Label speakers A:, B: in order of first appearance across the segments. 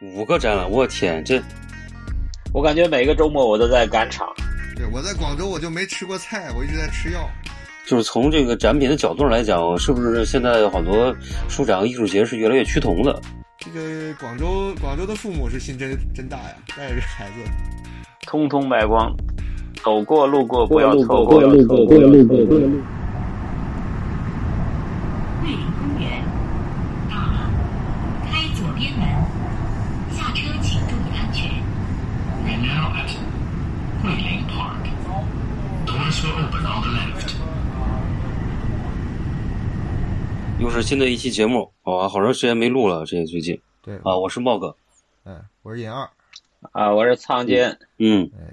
A: 五个展览，我天，这
B: 我感觉每个周末我都在赶场。
C: 对，我在广州我就没吃过菜，我一直在吃药。
A: 就是从这个展品的角度上来讲，是不是现在好多书展和艺术节是越来越趋同的？
C: 这个广州广州的父母是心真真大呀，带着孩子。
B: 通通卖光，走过路过不要
D: 路
B: 错过，
D: 过，路过，过路过，过路。
E: 桂林公园到了，开左边门，下车请注意安全。
F: We are now at Guilin Park. Doors will open on the left.
A: 又是新的一期节目，啊，好长时间没录了，这最近
C: 对，
A: 啊，我是茂哥，
C: 嗯，我是尹二，
B: 啊！我是仓间，
A: 嗯
C: 哎，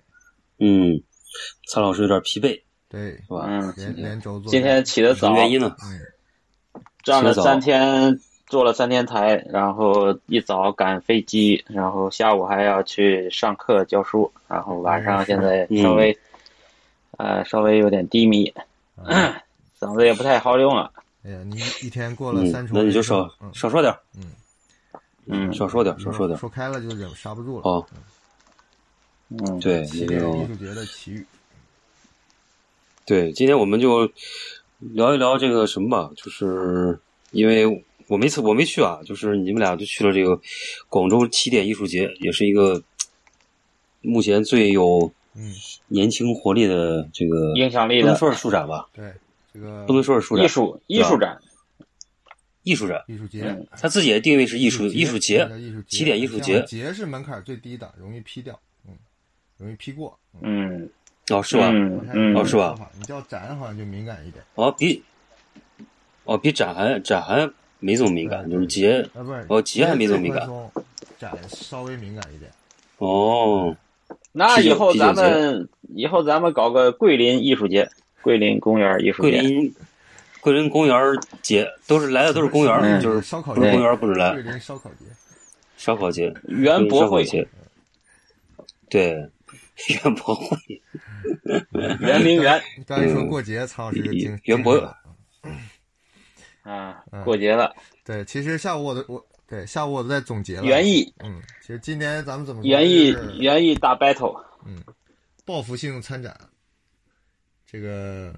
A: 嗯，蔡老师有点疲惫，
C: 对，
A: 是吧？
B: 嗯，
C: 连连轴做。
B: 今天起得
A: 什
B: 早
A: 么，原因呢？
C: 哎
B: 站了
A: 起得早
B: 三天，做了三天台，然后一早赶飞机，然后下午还要去上课教书，然后晚上现在稍微，呃，稍微有点低迷，
A: 嗯
C: 哎
B: 嗓子也不太好用了。
C: 哎呀，你一天过了
A: 嗯
C: 三，重
A: 那
C: 人
A: 你就
C: 生，
A: 少
C: 嗯
A: 少说点儿，
B: 嗯
A: 少说点儿，
C: 你
A: 少说点儿。
C: 说开了就忍刹不住了。
A: 好，
B: 嗯，
A: 对，
C: 起
A: 这
C: 点艺
A: 个
C: 术节的奇遇，
A: 对，今天我们就聊一聊这个什么吧，就是因为我没次我没去啊，就是你们俩就去了这个广州起点艺术节，也是一个目前最有
C: 嗯，
A: 年轻活力的这个
B: 影响力
A: 不能
B: 的
A: 说是书展吧，
C: 对，这个
A: 不能说是书展，
B: 艺术艺术展，
A: 艺术展，
C: 艺术节，
B: 嗯
A: 它自己的定位是艺术
C: 艺
A: 术
C: 节
A: 节，，
C: 艺术
A: 起点艺术
C: 这
A: 节
C: 样节是门槛最低的，容易批掉，嗯，容易批过，嗯
B: 嗯，
A: 哦是吧？
B: 嗯
A: 哦
B: 嗯
A: 是吧？
C: 你叫展好像就敏感一点，
A: 哦比哦比展还展还没这么敏感，
C: 对
A: 就是节
C: 啊，不是，
A: 哦节还没这么敏
C: 节
A: 感
C: 最宽松，展稍微敏感一点。
A: 哦，
B: 那
A: 啤
B: 以
A: 酒
B: 后
A: 啤酒
B: 咱们以后咱们搞个桂林艺术节，桂林公园艺术
A: 桂
B: 节。
A: 林桂林公园儿节都是来的都是公园儿，
B: 嗯
A: 就是
C: 烧烤
A: 不是
C: 节
A: 公园儿不是来
C: 桂林烧烤节，
A: 烧烤节、
B: 园博
A: 烧烤
B: 会、
A: 节，对 园博会
B: 圆 明园
C: 你刚才说过节，曹老师就惊
A: 袁博
C: 惊了
B: 啊
C: 嗯，
B: 过节了，
C: 对，其实下午我都我对下午我都在总结了
B: 园艺
C: 嗯，其实今天咱们
A: 嗯
C: 怎么说
B: 园艺
C: 就是
B: 园艺大 battle，
C: 嗯报复性参展，这个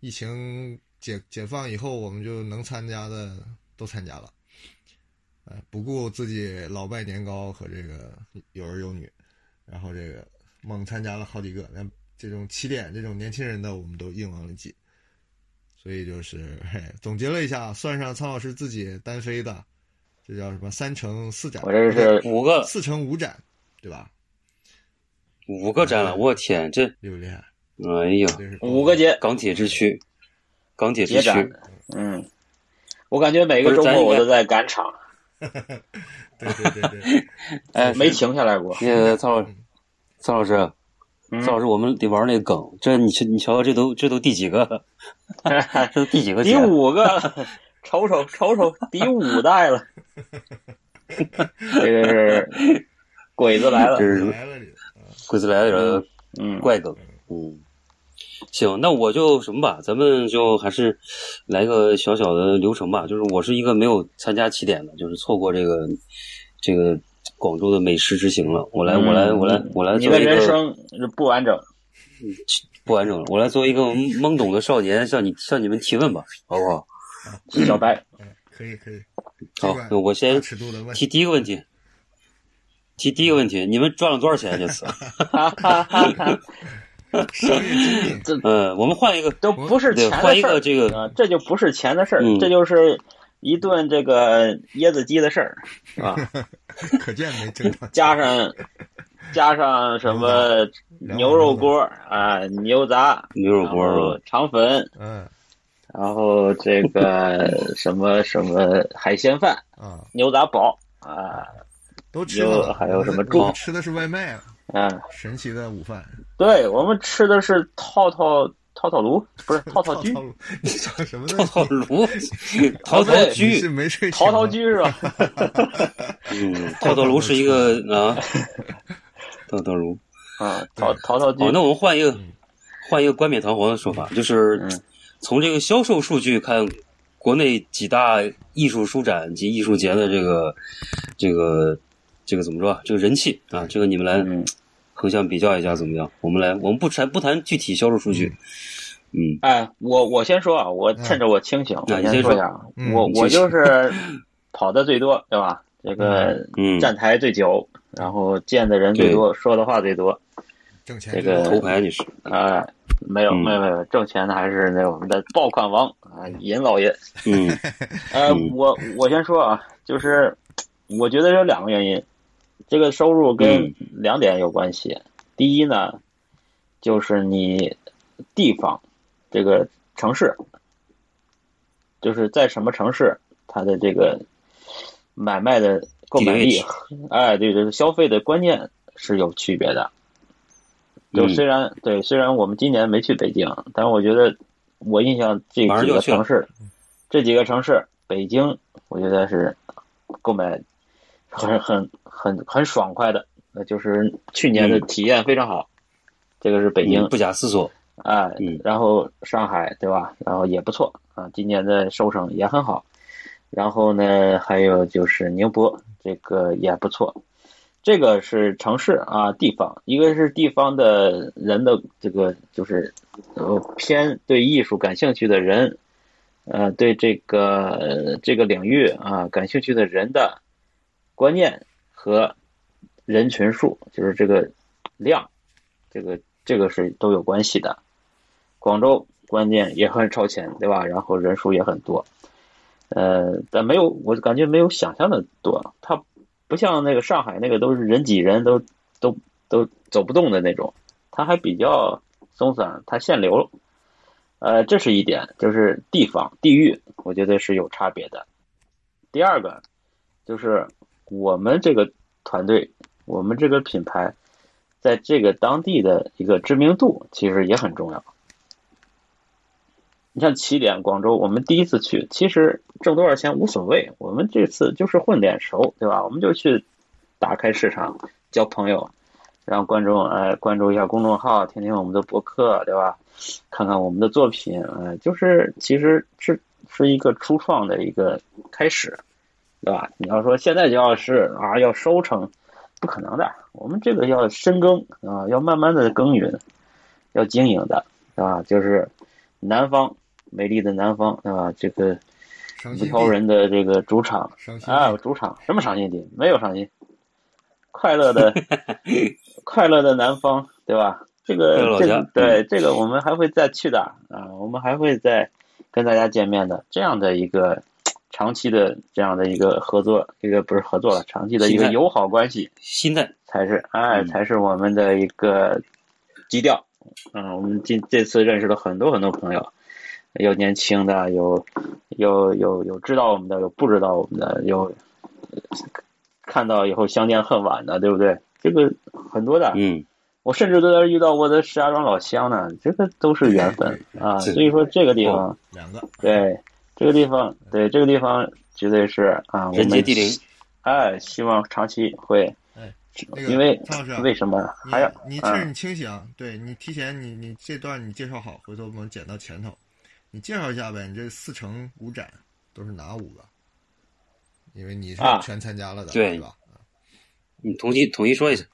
C: 疫情解解放以后，我们就能参加的都参加了，呃，不顾自己老拜年高和这个有儿有女，然后这个猛参加了好几个，连这种起点这种年轻人的我们都硬往里挤，所以就是嘿总结了一下，算上苍老师自己单飞的，这叫什么三乘四展，
A: 嗯
B: 我这是
A: 五个
C: 四乘五展，对吧？
A: 五个展览，我天，这
C: 厉不厉害？
A: 哎呀，
C: 这是
B: 五个节
A: 钢铁之躯，钢铁之
B: 节
A: 躯，
B: 展，嗯，我感觉每个周
A: 不是咱
B: 末
A: 应该
B: 我都在赶场，
C: 对对对 对，
B: 哎，没停下来过，
A: 那个曹老曹老师，
B: 嗯
A: 曹老师，我们得玩那个梗，这你瞧你瞧瞧，这都这都第几个？ 这都第几个节
B: 第？五个， 瞅瞅瞅瞅，第五代了，这个 是鬼子来了
A: 这，是
C: 来了啊你。
A: 鬼子来了
B: 嗯，
A: 怪梗，嗯。行，那我就什么吧，咱们就还是来个小小的流程吧。就是我是一个没有参加起点的，就是错过这个这个广州的美食之行了。我来，我来，我来，我来
B: 嗯你
A: 作为一
B: 的
A: 个
B: 人生是不完整，
A: 不完整了。我来作为一个懵懂的少年，向你向你们提问吧，好不好？
B: 小白，
C: 哎可以可以，
A: 好，那我
C: 大
A: 先
C: 尺度的问
A: 提
C: 题，
A: 第一个问题，提第一个问题，你们赚了多少钱这次？
B: 哈哈哈哈，
C: 商业机密，
A: 嗯，我们换一个，
B: 都不是
A: 对，
B: 钱
A: 换
B: 的
A: 一
B: 事
A: 个
B: 儿。
A: 这个
B: 啊，这就不是钱的事儿，
A: 嗯
B: 这就是一顿这个椰子鸡的事儿 啊，
C: 可见没正常。
B: 加上加上什么牛肉锅啊、牛杂、
A: 牛肉锅
B: 然
A: 是
B: 后
A: 吧？
B: 肠粉，
C: 嗯
B: 然后这 个什么什么海鲜饭、
C: 啊，
B: 牛杂煲啊
C: 都吃了
B: 有
C: 吧，
B: 还有什么
C: 我们我
B: 猪
C: 们吃的是外卖啊，
B: 啊，
C: 神奇的午饭。
B: 对我们吃的是套套套套炉，不是 套套
C: 套
B: 居。
C: 路，你讲什么呢？
A: 陶陶炉，陶陶
B: 对
C: 你
A: 居
C: 是，没睡醒
B: 陶
C: 吗
B: 陶居是吧？
A: 嗯，陶陶炉是一个啊，陶陶炉。
B: 啊，陶陶陶居
A: 好，，哦那我们换一个，换一个冠冕堂皇的说法，就是
B: 嗯
A: 从这个销售数据看，国内几大艺术书展及艺术节的这个这个这个怎么说啊？这个人气啊，这个你们来
B: 嗯
A: 横向比较一下怎么样？我们来，我们不谈不谈具体销售数据，嗯，
B: 哎，我我先说啊，我趁着我清醒，
A: 嗯
B: 我先一下啊，
C: 嗯
B: 我
A: 你
B: 我
A: 继续
B: 就是跑的最多，对吧？这个
A: 嗯
B: 站台最久，然后见的人最多，说的话最多，
C: 挣钱
B: 这
C: 最
B: 个
C: 多
A: 头牌你是
B: 啊，没有
A: 嗯
B: 没有没有，挣钱的还是那我们的爆款王啊，
A: 哎
B: 尹老爷。
A: 嗯
B: 呃
A: 嗯，
B: 我我先说啊，就是我觉得有两个原因，这个收入跟
A: 嗯
B: 两点有关系。第一呢，就是你地方这个城市，就是在什么城市，它的这个买卖的购买
A: 地理
B: 力
A: 位，
B: 哎，对对，消费的观念是有区别的。就
A: 嗯
B: 虽然、对，虽然我们今年没去北京，但我觉得我印象这
A: 马上
B: 几
A: 就
B: 个
A: 要去了
B: 城市，这几个城市，北京我觉得是购买很很很很爽快的，那就是去年的
A: 嗯
B: 体验非常好。这个是北京
A: 嗯不假思索，
B: 啊、
A: 嗯
B: 然后上海对吧？然后也不错啊，今年的收成也很好。然后呢，还有就是宁波，这个也不错。这个是城市啊，地方，一个是地方的人的这个就是，呃，偏对艺术感兴趣的人，呃，对这个、呃这个领域啊感兴趣的人的观念和人群数，就是这个量，这个这个是都有关系的。广州关键也很超前，对吧？然后人数也很多，呃，但没有我感觉没有想象的多，它不像那个上海那个都是人挤人都都都走不动的那种，它还比较松散，它限流，呃，这是一点，就是地方地域，我觉得是有差别的。第二个就是我们这个团队，我们这个品牌，在这个当地的一个知名度其实也很重要。你像起点广州，我们第一次去，其实挣多少钱无所谓，我们这次就是混点熟，对吧？我们就去打开市场，交朋友，让观众呃关注一下公众号，听听我们的博客，对吧？看看我们的作品，呃，就是其实是是一个初创的一个开始，对吧？你要说现在就要是啊要收成，不可能的，我们这个要深耕啊、要慢慢的耕耘，要经营的，对吧？啊就是南方美丽的南方，对吧？这个
C: 伤
B: 五
C: 心
B: 条
C: 地
B: 人的这个主场，
C: 伤心
B: 啊，
C: 地
B: 主场什么赏心地？没有赏心，快乐 的快乐的南方，对吧？这
A: 快乐
B: 个
A: 老
B: 这
A: 家嗯
B: 个对这个我们还会再去的啊，我们还会再跟大家见面的。这样的一个长期的这样的一个合作，这个不是合作了，长期的一
A: 心
B: 个
A: 态
B: 友好关系
A: 心态，
B: 才是哎，
A: 嗯
B: 才是我们的一个基调。嗯，我们今这次认识了很多很多朋友，有年轻的，有有有有知道我们的，有不知道我们的，有呃看到以后相见恨晚的，对不对？这个很多的，
A: 嗯，
B: 我甚至都要遇到我的石家庄老乡呢，这个都是缘分啊。
A: 嗯是哦
B: 所以说这个地方，
C: 两个，
B: 对这个地方，对这个地方绝对是啊，我
A: 人杰
B: 们
A: 地灵，
B: 哎，希望长期会
C: 哎，那个
B: 因为
C: 张老师啊
B: 为什么
C: 你
B: 还要
C: 你趁
B: 嗯
C: 你清醒，对你提前你你这段你介绍好，回头我们剪到前头，你介绍一下呗。你这四乘五展都是哪五个？因为你是
B: 啊
C: 全参加了的，
A: 对
C: 吧？
A: 你统一统一说一下，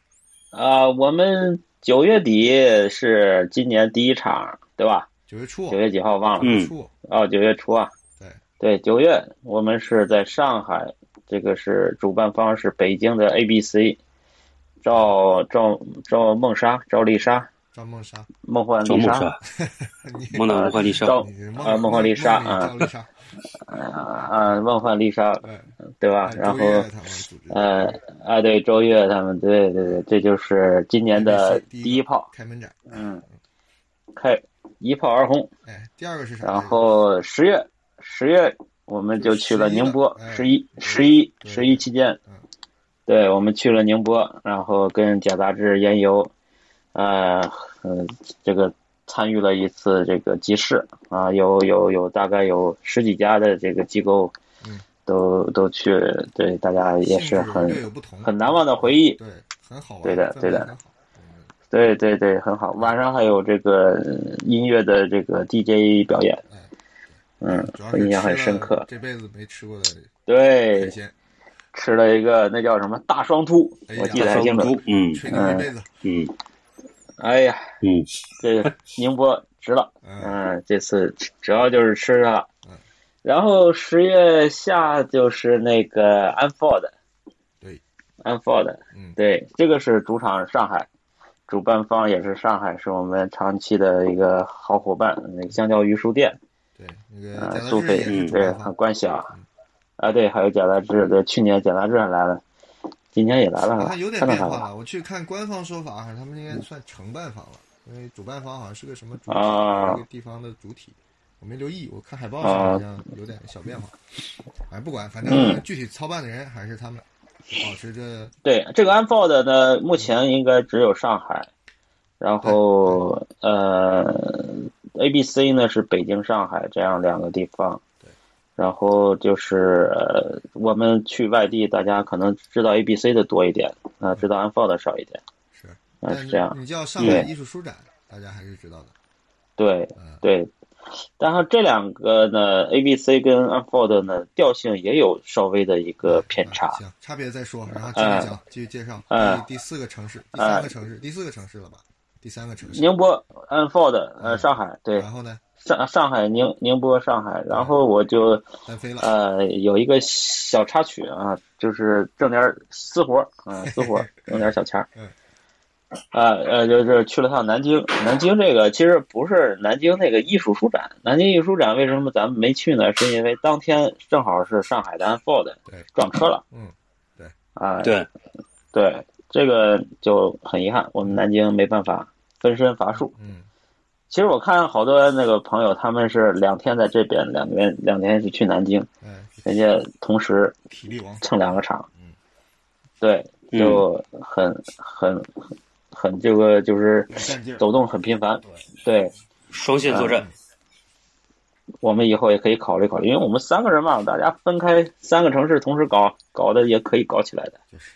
B: 啊，我们九月底是今年第一场，对吧？
C: 九月初，
B: 九月几号忘了
A: 嗯
C: 初，
B: 哦，九月初啊，
C: 对，
B: 对，九月我们是在上海，这个是主办方是北京的 ABC，赵赵赵梦莎、赵丽莎、
C: 赵梦莎，
B: 梦幻
A: 赵啊
B: 丽
A: 梦
B: 莎，
A: 莎，
C: 你
A: 梦娜文化丽莎，
B: 赵
C: 你是
B: 啊梦幻丽莎
C: 梦里赵
B: 啊
C: 丽莎，
B: 啊，梦幻丽莎，
C: 对，
B: 对吧？
C: 哎
B: 啊然
C: 周
B: 后
C: 越他们组织的
B: 呃啊，对，周越他们，对对对，这就是今年的
C: ABC
B: 第
C: 一
B: 一
C: 个
B: 炮，
C: 开门展，
B: 嗯，开一炮而红。
C: 哎，第二个是啥来着？
B: 然后十月十月我们就去了宁波，
C: 十
B: 十
C: 一
B: 一
C: 了哎
B: 十一
C: 对
B: 十一期间
C: 嗯，
B: 对我们去了宁波，然后跟假杂志研油，呃呃，这个参与了一次这个集市啊，有有有大概有十几家的这个机构
C: 嗯，
B: 都都去，对大家也是
C: 性质
B: 很
C: 略有不同，
B: 很难忘的回忆
C: 对，很好玩，
B: 对的
C: 氛围
B: 对的
C: 很好嗯
B: 对对对，很好。晚上还有这个呃音乐的这个 DJ 表演
C: 哎，
B: 嗯
C: 主要，
B: 我
C: 是
B: 印象很
C: 吃了
B: 深刻。
C: 这辈子没吃过的
B: 对
C: 海，鲜，
B: 吃了一个那叫什么大双突，
C: 哎
B: 我
C: 呀
B: 记得还清楚。
A: 猪，嗯
C: 吹牛一辈子，
A: 嗯
B: 哎呀，
A: 嗯，
B: 这个宁波值了，
C: 嗯，
B: 嗯，这次主要就是吃上了
C: 嗯。
B: 然后十月下就是那个安 n f o r d
C: 对
B: 安 n f o r d
C: 嗯
B: 对，这个是主场上海，主办方也是上海，是我们长期的一个好伙伴，那个香蕉鱼书店。
C: 对，那个
B: 啊，
C: 贾
B: 苏菲
C: 德志也，是主
B: 对，
C: 办
B: 很
C: 方，
B: 关系啊
C: 嗯。
B: 啊，对，还有贾大志，对，去年贾大志还来了，今年也来了，
C: 好
B: 看
C: 像有点
B: 到
C: 变
B: 他
C: 化
B: 了
C: 了。我去看官方说法，他们应
B: 嗯
C: 该算承办方了，因为主办方好像是个什么主体，
B: 啊
C: 一个地方的主体，我没留意。我看海报上好像有点小变化，哎，不管，反正
B: 嗯
C: 具体操办的人还是他们，保持着
B: 对，这个 Unfold 呢，目前应该只有上海，然后呃，ABC 呢是北京、上海这样两个地方
C: 对。
B: 然后就是、呃、我们去外地，大家可能知道 ABC 的多一点，啊、知道 Unfold 少一点，
C: 是，
B: 啊、
C: 但
B: 是这样。
C: 你叫上海
B: 对
C: 艺术书展，大家还是知道的，
B: 对
C: 嗯，
B: 对，然后这两个呢，A、B、C 跟 Unfold 呢调性也有稍微的一个偏差
C: 啊。行，差别再说，然后继续讲，继续介绍。
B: 嗯
C: 第第四个城市，第三个城市，第四个城市了吧？第三个城市。
B: 宁波 Unfold，呃，
C: 嗯
B: 上海对
C: 然后呢，
B: 上上海宁宁波上海，然后我就
C: 单飞了。
B: 呃有一个小插曲啊，就是挣点儿私活儿，嗯、私活 儿挣点儿小钱儿
C: 嗯。
B: 啊呃，就是去了趟南京。南京这个其实不是南京那个艺术书展，南京艺术展为什么咱们没去呢？是因为当天正好是上海的 Unfold
C: 对
B: 撞车了。
C: 嗯，
B: 啊，
A: 对，
B: 对，这个就很遗憾，我们南京没办法分身乏术。
C: 嗯，
B: 其实我看好多那个朋友，他们是两天在这边，两天两天是去南京，
C: 哎，
B: 人家同时
C: 体力王，
B: 蹭两个场
C: 嗯，
B: 对，就很很很这个就是
C: 干劲儿。
B: 走动很频繁。
C: 对，
B: 对
A: 双线作战，
B: 我们以后也可以考虑考虑，因为我们三个人嘛，大家分开三个城市同时搞，搞的也可以搞起来的，
C: 就是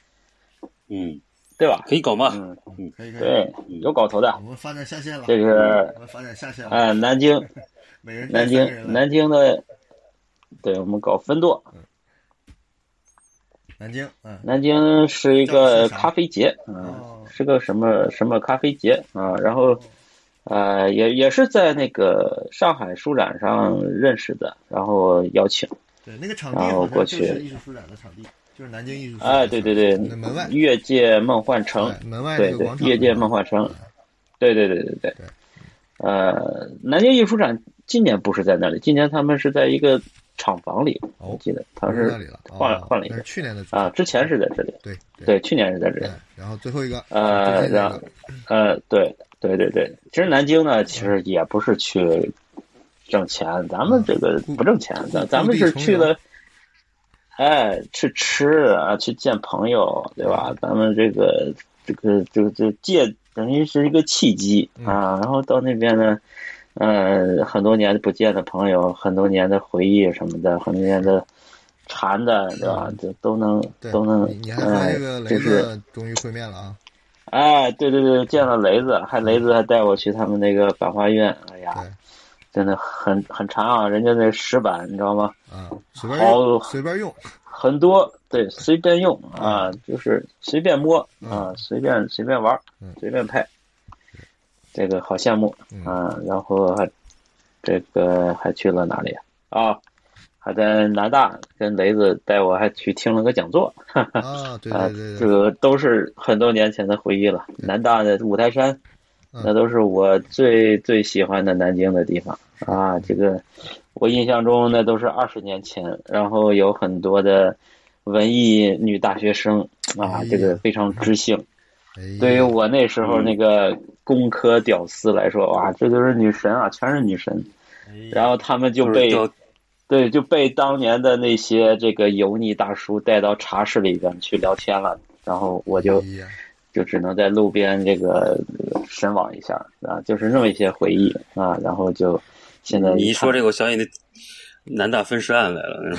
A: 嗯，
B: 对吧？
A: 可以搞嘛，
B: 嗯，
C: 可以可以。
B: 对，
C: 嗯
B: 有搞头
C: 我
B: 的，
C: 们发展下线了，嗯
B: 这是
C: 我们发展下线了，
B: 哎，南京。
C: 每人带
B: 南
C: 三个人
B: 京，
C: 来。
B: 南京的，对我们搞分舵。
C: 南京，嗯，
B: 南京是一个咖啡节，
C: 哦
B: 嗯，是个什么什么咖啡节啊？然后，呃，也也是在那个上海书展上认识的，然后邀请。
C: 对，那个场地
B: 然后
C: 好
B: 啊过
C: 像就
B: 去
C: 是艺术书展的场地，就是南京艺术书展的
B: 哎，对对对
C: 那嗯门外，，
B: 越界梦幻城
C: 哎，门外那
B: 对
C: 个
B: 对
C: 广，场，
B: 越界梦幻城，对对对对对
C: 对。
B: 呃，南京艺术展今年不是在那里，今年他们是在一个厂房里，我
C: 哦，
B: 记得他
C: 不
B: 是
C: 那里了，
B: 换了
C: 哦
B: 换了一
C: 那
B: 个
C: 是去年的主
B: 啊，之前是在这里，
C: 对对，
B: 对，去年是在这里。
C: 嗯然后最后一个，
B: 呃
C: 最近那
B: 然
C: 个
B: 后呃，对对对对，其实南京呢，其实也不是去挣钱，咱们这个不挣钱，咱咱们是去了，哎，去吃啊，去见朋友，对吧？咱们这个这个这个这个借等于是一个契机
C: 嗯
B: 啊，然后到那边呢。呃，很多年不见的朋友，很多年的回忆什么的，很多年的缠的，对吧？就都能
C: 嗯对，
B: 都能
C: 你你，还和
B: 哎
C: 那个，雷
B: 就是
C: 子终于会面了啊！
B: 哎，对对对，见了雷子，还雷子还带我去他们那个版画院，哎呀，
C: 对，
B: 真的很很长啊，人家那石板你知道吗？
C: 啊，随便用，
B: 好
C: 随便用，
B: 很多，对，随便用啊，就是随便摸啊，随便随便玩
C: 嗯，
B: 随便拍，这个好羡慕
C: 嗯
B: 啊。然后还这个还去了哪里啊？还在南大跟雷子带我还去听了个讲座，
C: 啊，对
B: 啊
C: 对对，
B: 这
C: 对，
B: 个都是很多年前的回忆了。南大的五台山，
C: 嗯
B: 那都是我最最喜欢的南京的地方啊。这个我印象中那都是二十年前，然后有很多的文艺女大学生啊
C: 哎呀，
B: 这个非常知性。
C: 哎呀嗯
B: 对于我那时候那个工科屌丝来说，哇，这就是女神啊，全是女神。
C: 哎
B: 然后他们就
A: 就是
B: 被
A: 叫
B: 对，就被当年的那些这个油腻大叔带到茶室里边去聊天了，然后我就
C: 哎呀
B: 就只能在路边这个呃神往一下啊，就是那么一些回忆啊，然后就现在
A: 你一说
B: 这
A: 这个，我想起那南大分尸案来了。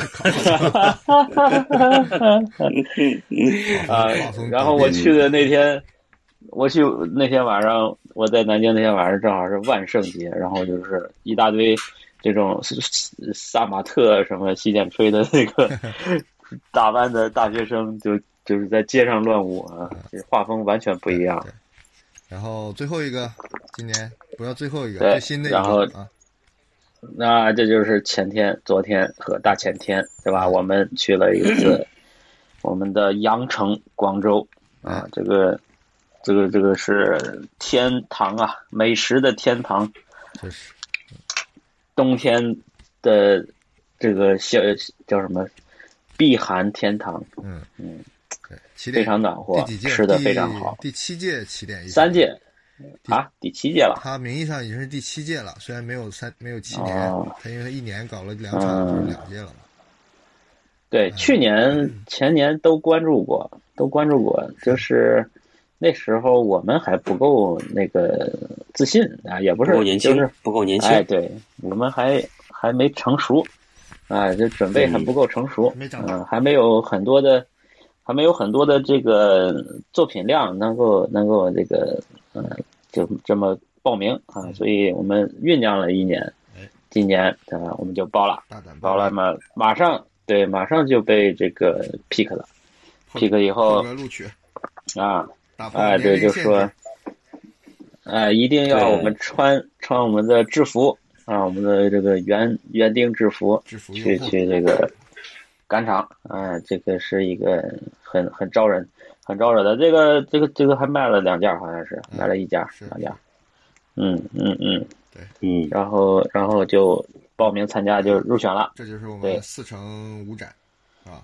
B: 啊
C: 画风，
B: 然后
C: 改
B: 我
C: 变
B: 去的那天，我去那天晚上我在南京那天晚上正好是万圣节，然后就是一大堆这种萨萨马特什么洗剪吹的那个。打扮的大学生就就是在街上乱舞啊，这画风完全不一样。
C: 对然后最后一个，今年不要最后一个，
B: 对
C: 最新的一
B: 然后
C: 个啊，
B: 那这就是前天、昨天和大前天，对吧？我们去了一 次我们的羊城广州啊，这个这个这个是天堂啊，美食的天堂。
C: 这是
B: 冬天的这个叫叫什么？避寒天堂
C: 嗯
B: 嗯
C: 对，起
B: 非
C: 点
B: 常暖和
C: 第几，届？
B: 吃的
C: 第
B: 非常好。
C: 第七届起点艺术
B: 三届啊，第七届了，
C: 它名义上已经是第七届了，虽然没有三没有七年
B: 哦，嗯
C: 它因为它一年搞了两场，就是两届了嘛。
B: 对，
C: 嗯
B: 去年、前年都关注过，都关注过，就是那时候我们还不够那个自信啊，也不
A: 不
B: 是
A: 够年轻
B: 就是，
A: 不够年轻。
B: 哎，对我们还还没成熟，啊，这准备还不够成熟，
C: 嗯没长
B: 嗯、
C: 大
B: 还没有很多的，还没有很多的这个作品量能够能够这个，嗯、就这么报名啊，所以我们酝酿了一年
C: 嗯哎，
B: 今年啊、我们就报了。
C: 大胆
B: 包了嘛，马上对，马上就被这个 pick 了，pick 以
C: 破
B: 后
C: 格录取，
B: 啊，
C: 打破
B: 哎，
C: 年
B: 对，
C: 龄
B: 就
C: 限
B: 说
C: 制，，
B: 哎，一定要
A: 对
B: 我们穿穿我们的制服啊，我们的这个园园丁制服
C: 制服诱
B: 去
C: 惑，
B: 去这个赶场，啊，这个是一个很很招人、很招人的，这个这个这个还卖了两件，好像是
C: 嗯
B: 卖了一件
C: 是
B: 两件，嗯嗯嗯，
A: 嗯，
B: 然后然后就报名参加就入选了。
C: 这就是我
B: 对
C: 们四乘五展啊。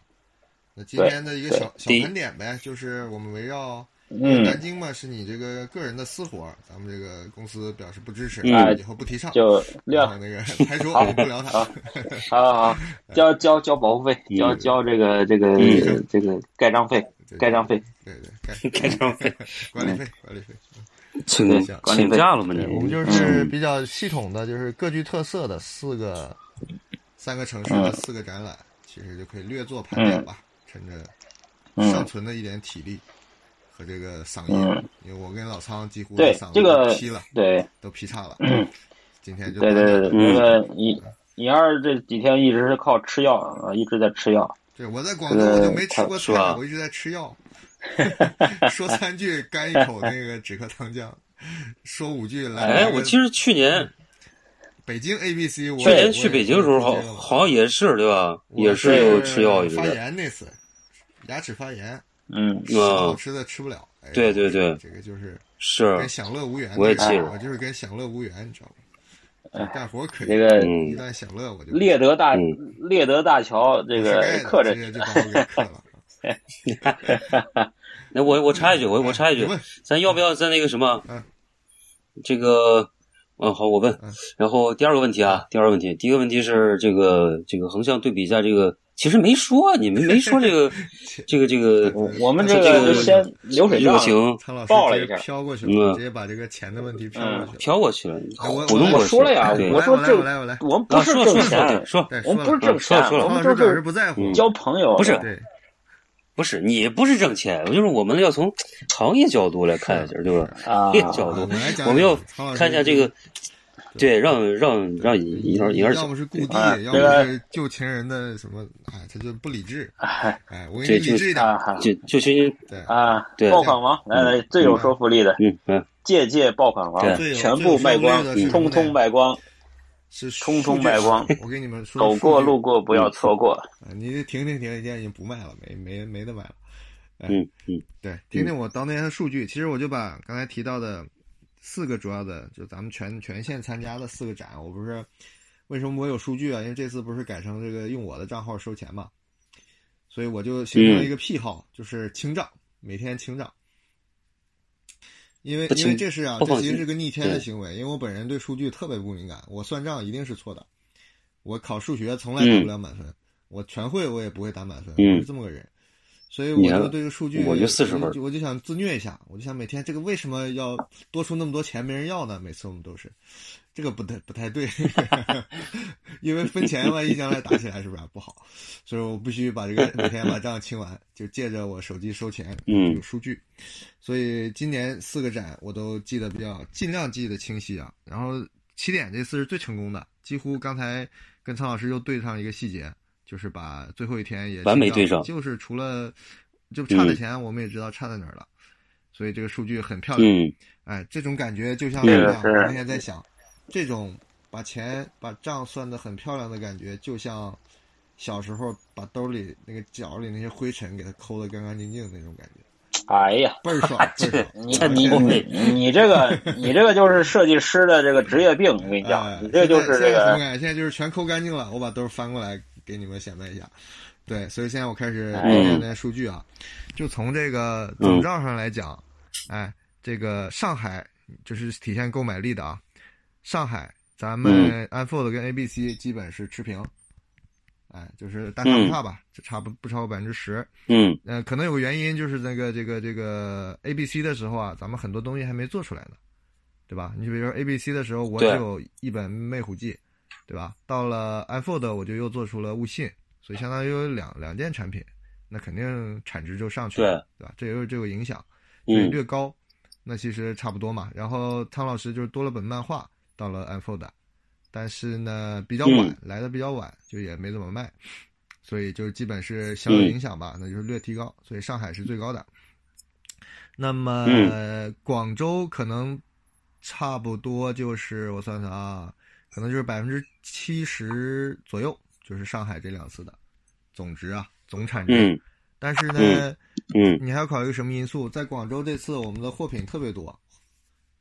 C: 那今
B: 对
C: 天的一个小小
A: 第一
C: 盘点呗，就是我们围绕
B: 嗯，
C: 南京嘛，是你这个个人的私活，咱们这个公司表示不支持，
B: 嗯
C: 以后不提倡，
B: 就略
C: 然后那个 排除，我们不聊它。
B: 好好好，交交交保护费，交
A: 嗯
B: 交这个这个
A: 嗯
B: 这个盖章费，
C: 对
B: 盖章费。
C: 对对，该
A: 开张费，
C: 管
B: 嗯
C: 理费，管理费。
A: 嗯请
B: 对管理
A: 请
B: 费
A: 假了吗？你
C: 对，我们就是比较系统的，就是各具特色的四个、三个城市的
B: 嗯
C: 四个展览，其实就可以略作盘点吧，趁着尚存的一点体力和这个嗓音，
B: 嗯
C: 因为我跟老苍几乎
B: 对
C: 嗓子
B: 这
C: 都
B: 个
C: 劈了，
B: 对
C: 都劈叉了。今天就
B: 对对对，
A: 嗯
B: 那个你你二这几天一直是靠吃药啊，一直在吃药。
C: 对，我在广州我就没吃过
A: 是
C: 菜，
A: 吧
C: 我一直在吃药。说三句干一口那个止咳糖浆，说五句来。
A: 哎，我记得去年
C: 北京 A B C，我
A: 去
C: 我
A: 年去
C: 也
A: 北京的时候，好
C: 我也不知道
A: 好像也是对吧？
C: 我
A: 也是有吃药一直
C: 发
A: 在。
C: 炎那次，牙齿发炎，
B: 嗯
C: 吃好吃的吃不了。哎呀
A: 啊对对对
C: 这个就是
A: 是
C: 跟，享乐无缘。
A: 我也
C: 这个
A: 记得
C: 我就是跟享乐无缘，你知道吗？干活可以，
B: 这哎个
C: 一
A: 嗯，
C: 旦享乐我就
B: 猎德大
A: 嗯
B: 猎德大桥这个
C: 克
B: 刻着
C: 直接就把我 给克了。
A: 那我我插一句，我我插一
C: 你
A: 句
C: 问，
A: 咱要不要在那个什么
C: 嗯，
A: 这个，嗯，好，我问
C: 嗯。
A: 然后第二个问题啊，第二个问题，第一个问题是这个这个横向对比一下这个，其实没说，啊你们没说这个这个这个
B: 我我们
A: 这
B: 这
A: 个
B: 个就先流水
A: 热
B: 账。
A: 情
C: 苍
B: 爆
C: 老
B: 了
C: 师直
B: 一下嗯
C: 接飘过去
A: 嗯
C: 了，直接把这个钱的问题飘过去了。
A: 飘过去了，
C: 哎我
A: 活动过
B: 我
A: 去
B: 说了呀，
A: 对
B: 我
C: 来
B: 说
C: 我来
B: 这
C: 我来我来
B: 我们不
A: 啊，
B: 是
A: 说
B: 挣
A: 说说
B: 钱
A: 对，，说
C: 对，
B: 我们不是
C: 说了
B: 挣钱
A: 说了说，了
B: 我
C: 苍
B: 们
C: 老师
B: 就
C: 表示
B: 是
C: 不在乎。
A: 嗯
B: 交朋友。
A: 不是
C: 对，
A: 不是你不是挣钱，就是我们要从行业角度来看一下，就是
B: 啊
A: 行业角
C: 啊
A: 度
C: 我来讲，
A: 我们要
C: 苍老师
A: 看一下这个，对，让让让尹尹老尹老师
C: 要么是故地，
B: 啊
C: 要
B: 这
C: 么
B: 个
C: 是旧情人的什么，哎，他就不理智。
B: 哎
C: 哎，我给你
A: 对
C: 理
A: 就
C: 智一点。
B: 啊哈
A: 就就去
C: 对，
B: 啊
A: 对！
B: 爆款王来来最有说服力的，
A: 嗯嗯，
B: 借借爆款王，
A: 对
B: 全部卖光
C: 最有最有收益的是，
B: 通通卖光，
C: 是
B: 通通
C: 数据
B: 卖光
C: 我给 你们说，
B: 走过
C: 数据
B: 路，过不要错过。
C: 啊你停停停，现在已经不卖了，没没没得卖了。哎
A: 嗯嗯，
C: 对，听听我当天的数据。其实我就把刚才提到的四个主要的，就咱们全全线参加的四个展，我不是为什么我有数据啊？因为这次不是改成这个用我的账号收钱嘛，所以我就形
A: 嗯
C: 成了一个癖好，就是清账，每天清账。因为
A: 不
C: 因
A: 清
C: 为这是啊，
A: 不
C: 这
A: 放
C: 其实
A: 心
C: 是个逆天的
A: 对
C: 行为。因为我本人对数据特别不敏感，我算账一定是错的。我考数学从来打
A: 嗯
C: 不了满分，我全会我也不会打满分，
A: 嗯
C: 我是这么个人。所以
A: 你
C: 我
A: 还
C: 就对这个数据，
A: 我就40分
C: 我就我就想自虐一下，我就想每天这个为什么要多出那么多钱没人要呢？每次我们都是，这个不太不太对， 因为分钱万一将来打起来是不是还不好？所以我必须把这个每天把账清完，就借着我手机收钱，
A: 嗯
C: 有数据。所以今年四个展我都记得比较尽量记得清晰啊。然后起点这次是最成功的，几乎刚才跟苍老师又对上一个细节，就是把最后一天也
A: 完美对上嗯
C: 就是除了就差的钱，我们也知道差在哪儿了，所以这个数据很漂亮。
A: 嗯，
C: 哎，这种感觉就像
B: 是
C: 我
B: 是
C: 那天在想，这种把钱把账算得很漂亮的感觉，就像小时候把兜里那个角里那些灰尘给它抠得干干净净的那种感觉，
B: 哎呀，
C: 倍儿 爽，倍儿爽。
B: 你
A: 这
B: 你
A: 牛
B: 你
A: 逼
B: 你这个你这个就是设计师的这个职业病，我跟你
C: 哎
B: 讲，你这个就是
C: 现
B: 这
C: 在现在什么
B: 个
C: 感觉？现在就是全抠干净了，我把兜翻过来给你们显摆一下。对，所以现在我开始
B: 哎嗯
C: 念一念数据啊，就从这个总账上来讲，哎，这个上海就是体现购买力的啊，上海咱们
B: 嗯
C: Unfold 跟 ABC 基本是持平，哎，就是
B: 嗯
C: 大差不差吧，就差不不超过百分之十。
A: 嗯
C: 呃，可能有个原因就是那个这个这个 A B C 的时候啊，咱们很多东西还没做出来呢，对吧？你比如说 A B C 的时候，我只
A: 对
C: 有一本《魅虎记》，对吧？到了 Unfold，我就又做出了悟信，所以相当于有两两件产品，那肯定产值就上去了，对吧？这也有这个影响，所以
A: 嗯
C: 略高，那其实差不多嘛。然后汤老师就是多了本漫画，到了 Unfold，但是呢比较晚，
A: 嗯
C: 来的比较晚，就也没怎么卖，所以就基本是小
A: 嗯
C: 有影响吧，那就是略提高，所以上海是最高的。那么、
A: 嗯
C: 呃广州可能差不多就是我算算啊，可能就是百分之七十左右，就是上海这两次的总值啊，总产值。
A: 嗯
C: 但是呢，
A: 嗯嗯
C: 你还要考虑一个什么因素？在广州这次我们的货品特别多，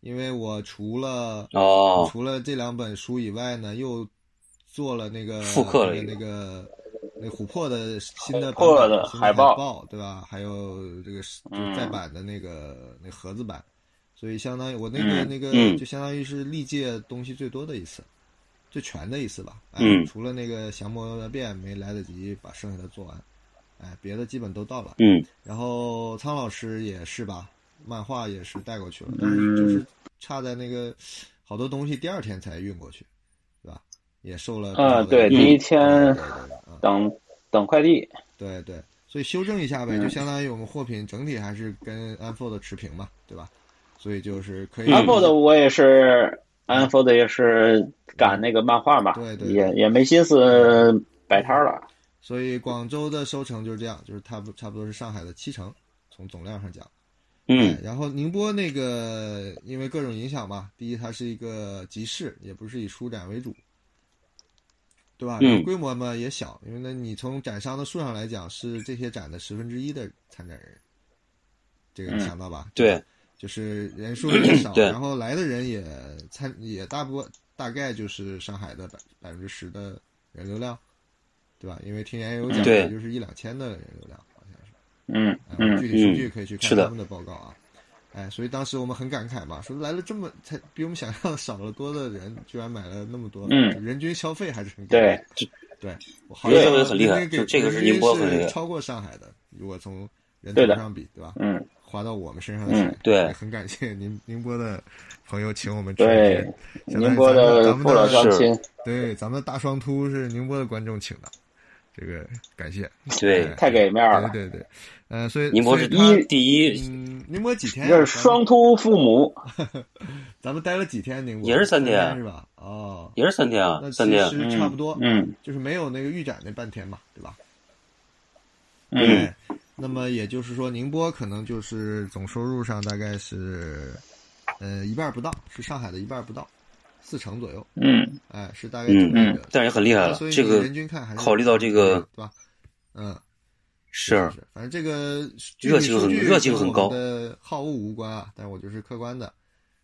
C: 因为我除了
A: 哦，
C: 除了这两本书以外呢，又做了那个
A: 复刻了一个
C: 那个那个琥珀的新的版
B: 琥珀
C: 本
B: 的
C: 新
B: 海
C: 海
B: 报
C: 对吧？还有这个是就是
B: 嗯
C: 再版的那个、那盒子版，所以相当于我那个、
B: 嗯
C: 那个
A: 嗯
C: 就相当于是历届东西最多的一次，最全的一次吧。哎、
A: 嗯
C: 除了那个降魔变没来得及把剩下的做完，哎，别的基本都到了。
A: 嗯
C: 然后苍老师也是吧，漫画也是带过去了，
B: 嗯
C: 但是就是差在那个好多东西第二天才运过去，对吧？也受了
B: 啊
C: 不少的
B: 对第一
C: 对
B: 天
C: 对对嗯
B: 等等快递，
C: 对对，所以修正一下呗，
B: 嗯
C: 就相当于我们货品整体还是跟 Unfold 持平嘛，对吧？所以就是可以
B: Unfold 我也是 Unfold 也是赶那个漫画嘛，
C: 对对对
B: 也也没心思摆摊儿了。
C: 所以广州的收成就是这样，就是差不差不多是上海的七成，从总量上讲。哎
A: 嗯，
C: 然后宁波那个，因为各种影响吧，第一它是一个集市，也不是以书展为主，对吧？
A: 嗯
C: 然后规模嘛也小，因为那你从展商的数上来讲，是这些展的十分之一的参展人，这个你想到吧？
A: 嗯对，
C: 就是人数也少，
A: 对
C: 然后来的人也参也大部分大概就是上海的百百分之十的人流量，对吧？因为听研友讲，
A: 嗯对
C: 也就是一两千的人流量，好像是。
B: 嗯
C: 哎我们
B: 嗯
C: 具体数据可以去
A: 是
C: 看
A: 的
C: 他们的报告啊。哎，所以当时我们很感慨嘛，说来了这么才比我们想象的少了多的人，居然买了那么多，
B: 嗯
C: 就人均消费还是很高
B: 对
C: 的。对，我好像
B: 这
A: 个很厉害
C: 人均
A: 就
C: 给
A: 这个是
C: 人均
A: 宁波很厉害
C: 超过上海的，如果从人
B: 对
C: 头
B: 的
C: 上比，对吧？
B: 嗯，
C: 花到我们身上的钱
B: 嗯，
A: 对
C: 也很感谢宁宁波的朋友请我们吃
B: 对
C: 饭，相当
B: 嗯
C: 于
B: 宁波的
C: 咱们
B: 父老
C: 咱
B: 乡
C: 们的
A: 是
B: 亲
C: 对咱们大双突是宁波的观众请的，这个感谢。
A: 对，
B: 太给面儿了，
C: 对对对，呃，所以
A: 宁波是
C: 哎所以他
A: 第一，
C: 嗯，宁波几天、啊？
B: 这是双突父母，
C: 咱们，咱们待了几天？宁波
A: 也是三天
C: 是吧？哦，
A: 也是三天啊
C: 那，
A: 三天啊
C: 其，实差不多，
B: 嗯
C: 就是没有那个预展那半天嘛，对吧？
B: 嗯
A: 嗯
C: 哎。那么也就是说，宁波可能就是总收入上大概是，呃，一半儿不到，是上海的一半儿不到，四成左右，
B: 嗯
C: 哎，是大概这么一个。
A: 嗯但是也很厉害了
C: 所以，
A: 这
C: 你
A: 个
C: 人均看还是
A: 考虑到这个
C: 对吧？嗯，
A: 是
C: 是，反正这个
A: 热情很热情很高
C: 的好恶无关啊，但我就是客观的，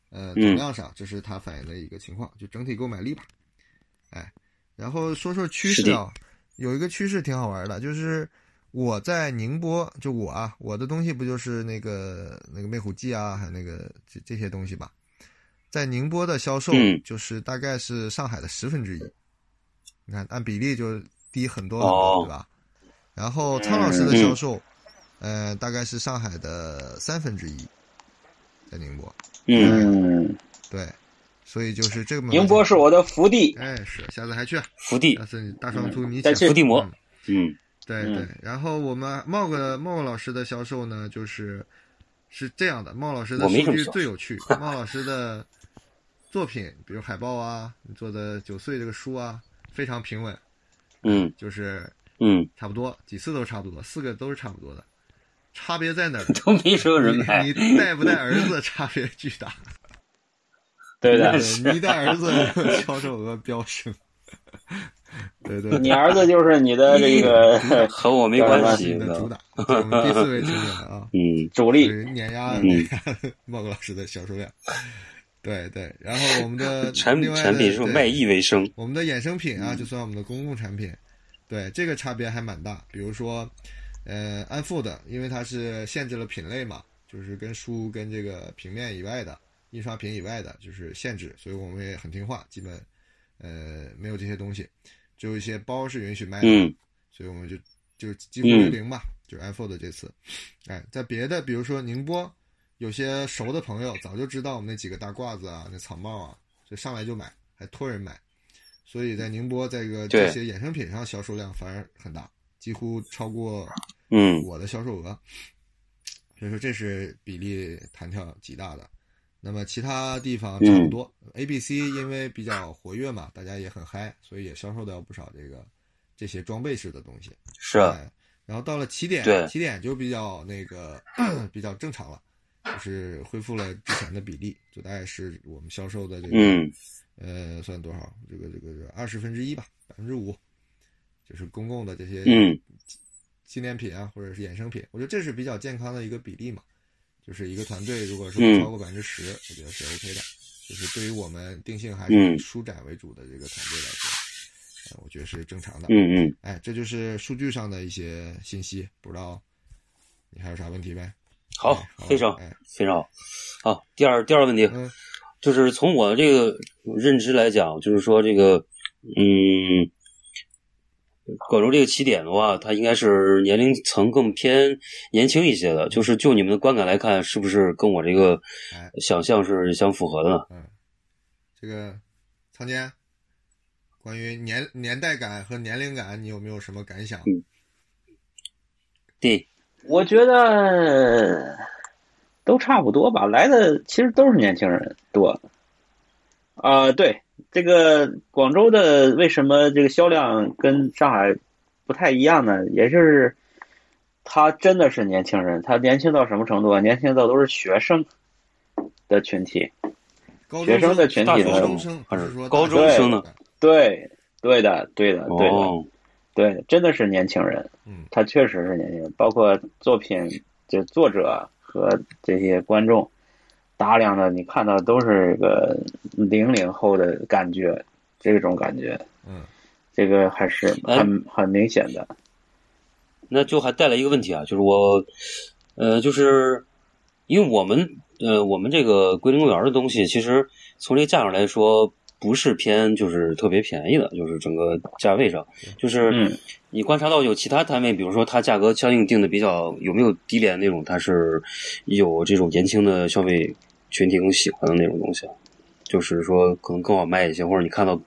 C: 呃，
A: 嗯
C: 总量上这是它反映的一个情况，就整体购买力吧。哎，然后说说趋势啊，有一个趋势挺好玩的，就是我在宁波，就我啊，我的东西不就是那个那个魅虎记啊，还有那个这这些东西吧，在宁波的销售
A: 嗯
C: 就是大概是上海的十分之一，你看按比例就低很多很
A: 哦
C: 多，对吧？然后苍老师的销售，呃，大概是上海的三分之一，在宁波。
A: 嗯，
B: 嗯，
C: 对，所以就是这个。
B: 宁波是我的福地，
C: 哎，是，下次还去，
A: 福地
C: 下，次你大双突你
B: 再去
A: 伏地魔
C: 嗯
A: 嗯
C: 对
B: 嗯
C: 对，然后我们茂个茂个老师的销售呢，就是是这样的，茂老师的
A: 我没什
C: 数
A: 么
C: 据
A: 销售
C: 最有趣， 茂老师的作品，比如海报啊，你做的九岁这个书啊，非常平稳，
A: 嗯
C: 就是
A: 嗯，
C: 差不多，几次都差不多，四个都是差不多的，差别在哪 儿？
A: 都没什么人买
C: 你，你带不带儿子差别巨 大，
B: 对的
A: 那，
C: 你一带儿子销售额飙升，对对，
B: 你儿子就是你 的这个
A: 和我没关系
C: 你的
A: 的。
C: 主打，这是我们第四位球员 啊，
A: 嗯
B: 主
C: 就
B: 力，
C: 是碾压
A: 嗯，
C: 茂哥老师的销售量，对对，然后我们的
A: 产
C: 另外的
A: 产品是
C: 对
A: 卖艺为生。
C: 我们的衍生品啊，就算我们的公共产品，对这个差别还蛮大。比如说，呃，安富的，因为它是限制了品类嘛，就是跟书、跟这个平面以外的、印刷品以外的，就是限制，所以我们也很听话，基本呃没有这些东西，只有一些包是允许卖的，
A: 嗯
C: 所以我们就就几乎为零吧，就是 iPhone 的这次。哎，在别的，比如说宁波，有些熟的朋友早就知道我们那几个大褂子啊、那草帽啊，就上来就买，还托人买，所以在宁波这个
A: 对
C: 这些衍生品上销售量反而很大，几乎超过
A: 嗯
C: 我的销售额，所以说这是比例弹跳极大的。那么其他地方差
A: 嗯
C: 不多、a B、C 因为比较活跃嘛，大家也很嗨，所以也销售掉不少这个这些装备式的东西。
A: 是啊
C: 哎，然后到了起点，
A: 对
C: 起点就比较那个 比较正常了，就是恢复了之前的比例，就大概是我们销售的这个、
A: 嗯
C: 呃算多少？这个这个二十分之一吧，百分之五，就是公共的这些
A: 嗯
C: 纪念品啊，或者是衍生品，我觉得这是比较健康的一个比例嘛。就是一个团队如果说
A: 嗯
C: 超过百分之十，我觉得是 OK 的。就是对于我们定性还
A: 嗯
C: 是以舒展为主的这个团队来说，呃我觉得是正常的。
A: 嗯嗯，
C: 哎，这就是数据上的一些信息，不知道你还有啥问题呗？
A: 好
C: 哎吧，
A: 非常
C: 哎，
A: 非常好。好，第二第二个问题，
C: 嗯
A: 就是从我这个认知来讲，就是说这个，嗯，广州这个起点的话，它应该是年龄层更偏年轻一些的。就是就你们的观感来看，是不是跟我这个
C: 哎
A: 想象是相符合的呢？
C: 嗯，这个仓坚，关于年年代感和年龄感，你有没有什么感想？
A: 嗯对，
B: 我觉得都差不多吧，来的其实都是年轻人多。啊、对，这个广州的为什么这个销量跟上海不太一样呢？也就是他真的是年轻人，他年轻到什么程度啊？年轻到都是学生的群体。
C: 高
B: 学
C: 生
B: 生的群
C: 大
B: 体
C: 高
B: 呢
C: 中生不是说大
A: 高中
B: 生
A: 呢
C: 的，
B: 对，对的，对的，对的。
A: 哦，
B: 对，真的是年轻人，
C: 嗯
B: 他确实是年轻人，包括作品就作者和这些观众，大量的你看到都是个零零后的感觉，这种感觉，
C: 嗯，
B: 这个还是
A: 哎
B: 很很明显的。
A: 那就还带来一个问题啊，就是我，呃，就是因为我们，呃，我们这个桂林公园的东西，其实从这个价上来说，不是偏就是特别便宜的，就是整个价位上，就是
B: 嗯
A: 你观察到有其他摊位，比如说它价格相应定的比较有没有低廉那种，它是有这种年轻的消费群体更喜欢的那种东西啊，就是说可能更好卖一些，或者你看到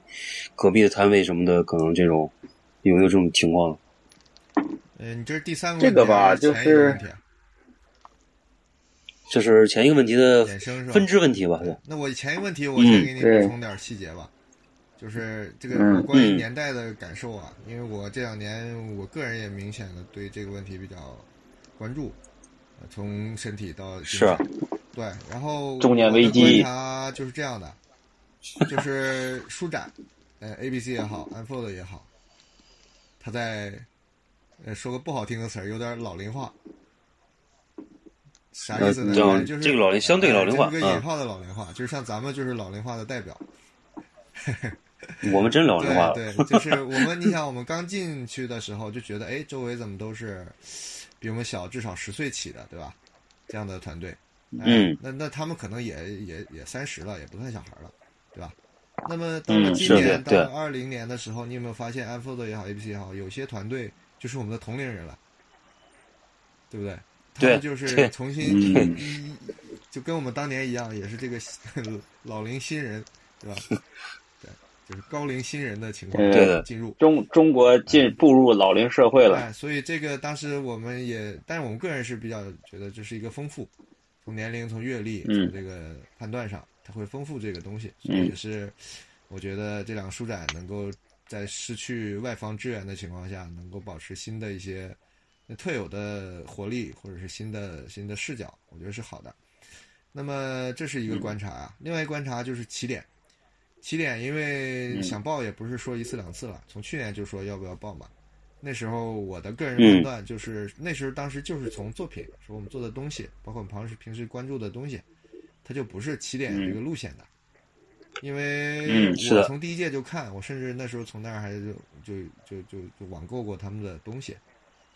A: 隔壁的摊位什么的，可能这种有没有这种情况呢？
C: 呃，你这是第三个
B: 这
C: 问
B: 个
C: 题还
B: 吧就
C: 前一个
B: 是
C: 问题啊
A: 这是前一个问题的
C: 衍生是吧
A: 分支问题吧？对，
C: 那我前一个问题，我先给你
B: 嗯对
C: 补充点细节吧，就是这个
B: 嗯
C: 关于
A: 嗯
C: 年代的感受啊，因为我这两年我个人也明显的对这个问题比较关注，呃从身体到精神
A: 是
C: 对，然后
B: 啊中年危机
C: 我的观察就是这样的，就是舒展，呃，A B C 也好，Unfold 也好，他在呃说个不好听的词儿，有点老龄化。啥意思呢？
A: 呃叫
C: 就是
A: 这个老龄相对老龄化
C: 这个
A: 嗯
C: 引号的老龄化，就是像咱们就是老龄化的代表。
A: 我们真老龄化了。
C: 对对，就是我们，你想，我们刚进去的时候就觉得，哎，周围怎么都是比我们小至少十岁起的，对吧？这样的团队，哎、
A: 嗯，
C: 那那他们可能也也也三十了，也不算小孩了，对吧？那么到了
B: 嗯
C: 今
A: 是的
C: 年、
A: 对
C: 到二零年的时候，你有没有发现 Unfold 也好，ABC 也好，有些团队就是我们的同龄人了，对不对？他
A: 对
C: 们就是
A: 对
C: 重新
B: 嗯
C: 一就跟我们当年一样，也是这个 老龄新人，对吧？对，就是高龄新人的情况
B: 对
A: 的
C: 进入。
B: 中中国进步入老龄社会了，
C: 哎，所以这个当时我们也，但是我们个人是比较觉得这是一个丰富，从年龄、从阅历、
B: 嗯
C: 从这个判断上，它会丰富这个东西，所以也是我觉得这两个书展能够在失去外方支援的情况下，能够保持新的一些特有的活力，或者是新的新的视角，我觉得是好的。那么这是一
B: 嗯
C: 个观察啊，另外一个观察就是起点，起点因
B: 嗯
C: 为想报也不是说一次两次了，从去年就说要不要报嘛。那时候我的个人判断就是，那时候当时就是从作品，说我们做的东西，包括我们平时平时关注的东西，它就不是起点这个路线的。因为我从第一届就看，我甚至那时候从那儿还就就就就就网购过他们的东西，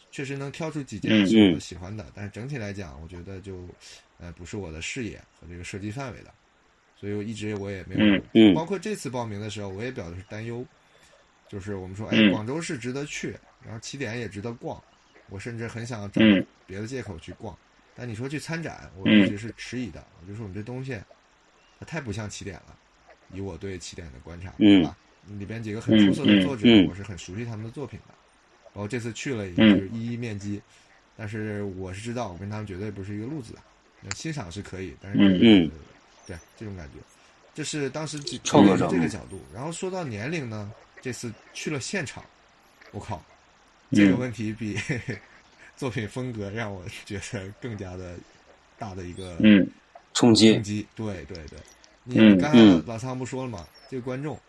C: 确实能挑出几件是我喜欢的，但是整体来讲，我觉得就呃不是我的视野和这个设计范围的，所以我一直我也没有，包括这次报名的时候，我也表示担忧，就是我们说，哎，广州市值得去，然后起点也值得逛，我甚至很想找别的借口去逛，但你说去参展，我一直是迟疑的，我就说我们这东西它太不像起点了。以我对起点的观察，对吧？里边几个很出色的作者，我是很熟悉他们的作品的。然后这次去了，也就是一一面基，但是我是知道，我跟他们绝对不是一个路子的。欣赏是可以，但是对这种感觉，这是当时从这
B: 嗯
C: 个角度。然后说到年龄呢，这次去了现场，我靠，
B: 嗯
C: 这个问题比 作品风格让我觉得更加的大的一个
B: 嗯
A: 冲击，
C: 冲击，对对对。你刚
B: 嗯
C: 才老仓不说了嘛？这个观众，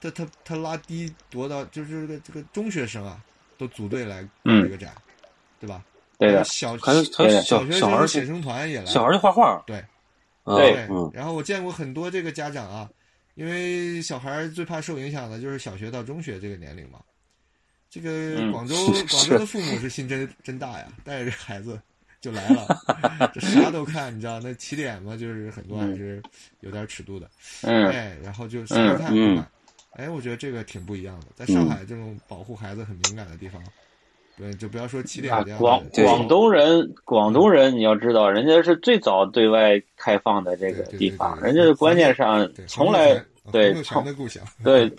C: 他他他拉低多到就是这个这个中学生啊，都组队来逛这个展，对吧？
B: 嗯对的。
C: 小
A: 还有哎还有
C: 小学
A: 生
C: 写生团也来，
A: 小孩儿画啊嗯画。
C: 对，
B: 对。嗯
C: 然后我见过很多这个家长啊，因为小孩最怕受影响的就是小学到中学这个年龄嘛。这
B: 嗯
C: 个广州广州的父母是心真真大呀，带着孩子。就 来了，这啥都看，你知道？那起点嘛，就是很多还是有点尺度的，
B: 嗯，
C: 哎，然后就啥都看，
A: 嗯嗯、
C: 哎，我觉得这个挺不一样的。
B: 嗯
C: 在上海这种保护孩子很敏感的地方，对，就不要说起点这样、啊。
B: 广广东人，广东人，你要知道，人家是最早对外开放的这个地方，
C: 人
B: 家是观念上从来对
C: 从的故乡，
B: 对。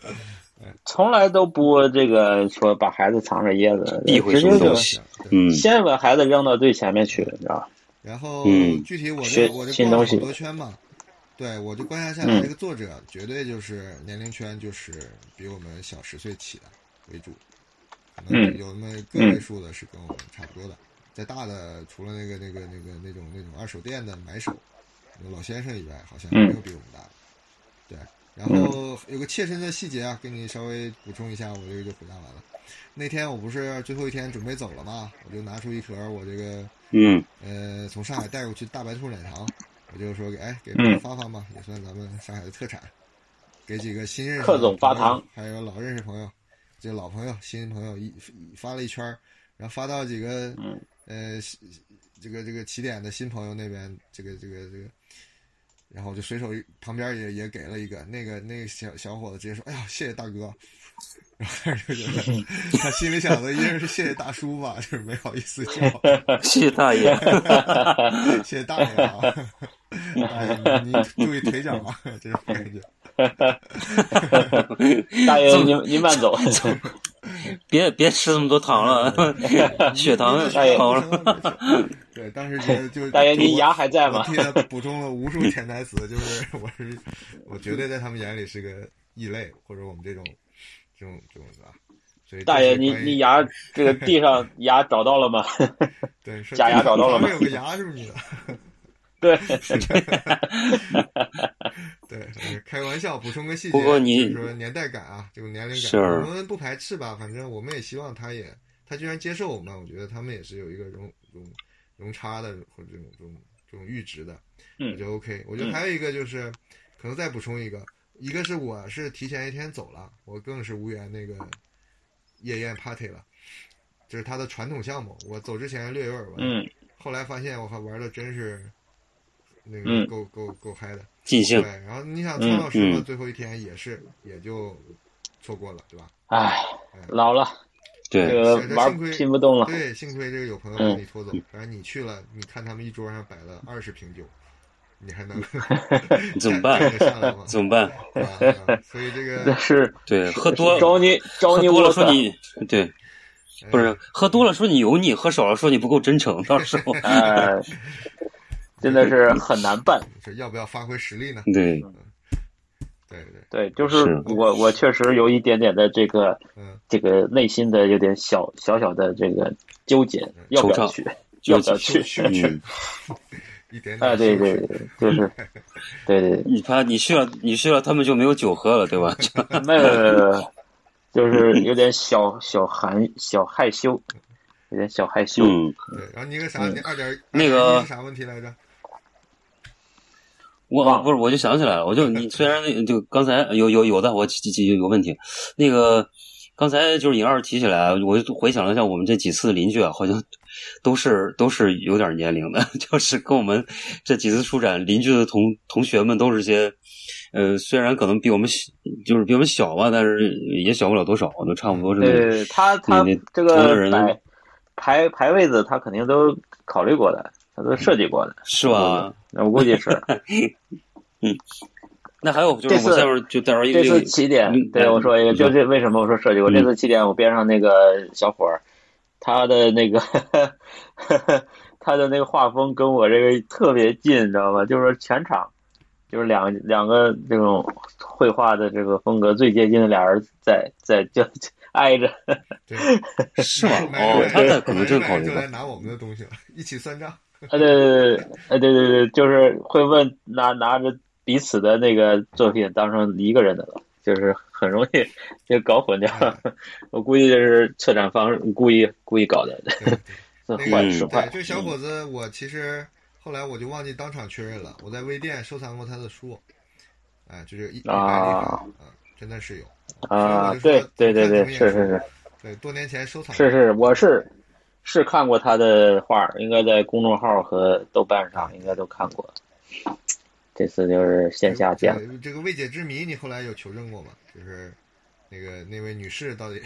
B: 从来都不这个说把孩子藏着掖着，
A: 避讳
B: 什么东
A: 西，嗯，
B: 先把孩子扔到最前面去，你知道吧？
C: 然后
A: 嗯，
C: 具体我就我就逛了好多圈嘛，对我就观察下来，这个作者绝对就是年龄圈就是比我们小十岁起的为主，可能有那么个位数的是跟我们差不多的，再大的除了那个那个那个那种那种二手店的买手老先生以外，好像没有比我们大的，对。然后有个切身的细节啊，给你稍微补充一下，我这个就回答完了。那天我不是最后一天准备走了嘛，我就拿出一盒我这个，
A: 嗯，
C: 呃，从上海带过去大白兔奶糖，我就说给哎给
B: 嗯
C: 发发嘛，也算咱们上海的特产，给几个新认识
B: 克总发糖，
C: 还有老认识朋友，这老朋友新朋友一发了一圈然后发到几个，
B: 嗯
C: 呃，这个这个起点的新朋友那边，这个这个这个。这个然后我就随手旁边也也给了一个，那个那个小小伙子直接说：“哎呀，谢谢大哥。”然后就觉得 他心里想的一定是谢谢大叔吧，就是没好意 思叫，
A: 谢谢大爷，
C: 谢谢大爷啊！ 大爷，你注意腿脚啊， 这种 感觉。
B: 大爷，您您慢走，
A: 别别吃那么多糖 了，血糖高
C: 了。 对，当时觉得就
B: 大爷， 您牙还在吗？
C: 替他补充了无数潜台词，就是我 是我绝对在他们眼里是个异类，或者我们这种这种这种啊。所以
B: 大爷，你你牙这个地上牙找到了吗？
C: 对，是
B: 假牙找到了吗？
C: 有个牙是不是你的？
B: 对，
C: 对，呃开玩笑，补充个细节，
A: 不过你
C: 说年代感啊，这种年龄
A: 感，
C: 我们不排斥吧，反正我们也希望他也他居然接受我们，我觉得他们也是有一个融融。容差的或者这种这种这种阈值的，我
B: 嗯
A: 嗯
C: 觉得 OK。我觉得还有一个就是，可能再补充一个，一个是我是提前一天走了，我更是无缘那个夜宴 party 了，这是他的传统项目。我走之前略有耳闻，
B: 嗯，
C: 后来发现我靠玩的真是那个
A: 嗯
C: 够够够嗨的，
A: 尽兴。
C: 对，然后你
A: 嗯
C: 想苍老师到最后一天也是也就错过了，对吧？
B: 唉，老了。
A: 哎对，
B: 这个玩拼不动了。
C: 对，幸亏这个有朋
A: 嗯
C: 友把你拖走，反正你去了，你看他们一桌上摆了二十瓶酒，你还能
A: 怎么 办？ 怎么办？
C: 啊所以这个
B: 是
A: 对喝多
B: 招你招你
A: 多了说你对， 不
C: 哎
A: 是喝多了说你油腻，喝少了说你不够真诚，到时候
B: 哎，真的是很难办。
A: 嗯
C: 要不要发挥实力呢？
A: 对。
C: 对对，
B: 对，就是是我我确实有一点点的这个
C: 嗯，
B: 这个内心的有点小小小的这个纠结，要不
A: 嗯惆
B: 要
A: 怅
B: 去？
A: 纠
B: 要
A: 结
B: 不要去？
A: 嗯，
C: 一点点
B: 啊，对
C: 兴
B: 对
C: 趣
B: 对，就是，对对 对，
A: 你怕你去了，你去了，他们就没有酒喝了，对吧？
B: 那个就是有点小小含小害羞，有点小害羞。
A: 嗯，
C: 对，然后你个啥，
B: 嗯
C: 你二点
A: 那个
C: 2.1是啥问题来着？
A: 我
B: 忘了
A: 不是，我就想起来了，我就 你虽然那就刚才有有有的我记记有问题，那个刚才就是尹二提起来，我就回想了一下我们这几次邻居啊，好像都是都是有点年龄的， 就是跟我们这几次书展邻居的同同学们都是些，呃，虽然可能比我们小，就是比我们小吧，但是也小不了多少，都差不多是那种
B: 对，他他
A: 嗯你
B: 这
A: 同龄
B: 个
A: 人
B: 排排排位子，他肯定都考虑过的，他都设计过的，
A: 是吧？
B: 那我估计是。
A: 那还有就是
B: 这次
A: 我下边就带着一个
B: 这次起点
A: 嗯，
B: 对我说一个，
A: 嗯
B: 就是为什么我说设计？我这次起点，我边上那个小伙儿，他的那个 他的那个画风跟我这个特别近，你知道吗？就是说全场就是两两个这种绘画的这个风格最接近的俩人在在就 就挨着，
C: 对，
A: 是吗？
C: 买
A: 哦
C: 买，
A: 他那可能真考
C: 买
A: 虑
C: 就
A: 过
C: 来。拿我们的东西了，一起算账。
B: 呃，对对对，呃，对对对，就是会问拿拿着彼此的那个作品当成一个人的了，就是很容易就搞混掉。
C: 嗯
B: 我估计这是策展方故意故意搞的，
C: 对对
B: 这
C: 那
B: 坏
A: 嗯
B: 是
C: 对，
B: 坏。
C: 这小伙子，我其实后来我就忘记当场确认了，我在微店收藏过他的书，哎，就是一一百里
B: 啊
C: 卡，嗯，真的是有。
B: 啊，
C: 所以
B: 对
C: 我就说
B: 对对对，
C: 看
B: 是
C: 怎么
B: 是
C: 演
B: 是
C: 出对，多年前收藏
B: 是是，我是是看过他的画儿，应该在公众号和豆瓣上应该都看过。这次就是线下见了，
C: 这这个未解之谜，你后来有求证过吗？就是那个那位女士到底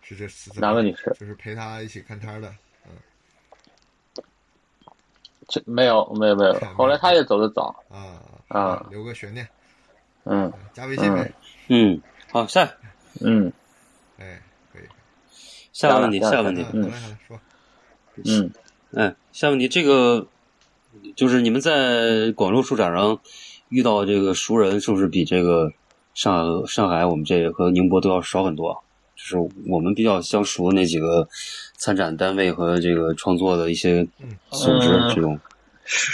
C: 是这是怎么
B: 哪位女士？
C: 就是陪他一起看摊儿的，嗯
B: 这没有没有没有，后来他也走的早，
C: 啊
B: 啊
C: 留个悬念，啊
B: 嗯
C: 加微信呗，
A: 嗯，好，下
B: 嗯
C: 哎，可以，
A: 下个问题，
B: 下
A: 下
B: 个
A: 个问
C: 嗯
A: 题，
C: 好嘞好嘞，说，
B: 嗯，
A: 嗯，下个问题，这个就是你们在广州书展上遇到这个熟人，是不是比这个上海、上海我们这个和宁波都要少很多啊？就是我们比较相熟的那几个参展单位和这个创作的一些组织，
B: 嗯
A: 这种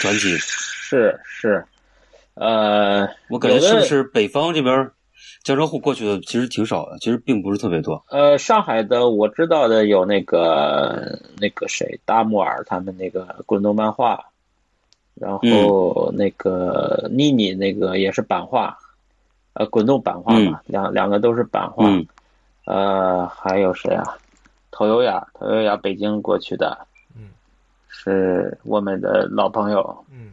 A: 团体，
B: 是是，呃，
A: 我感觉
B: 有的
A: 是不是北方这边江浙沪过去的其实挺少的，其实并不是特别多。
B: 呃，上海的我知道的有那个那个谁，达木尔他们那个滚动漫画，然后那个妮妮那个也是版画，呃，滚动版画嘛，两两个都是版画。
A: 嗯
B: 呃，还有谁啊？陶优雅，陶优雅北京过去的，
C: 嗯
B: 是我们的老朋友。
C: 嗯，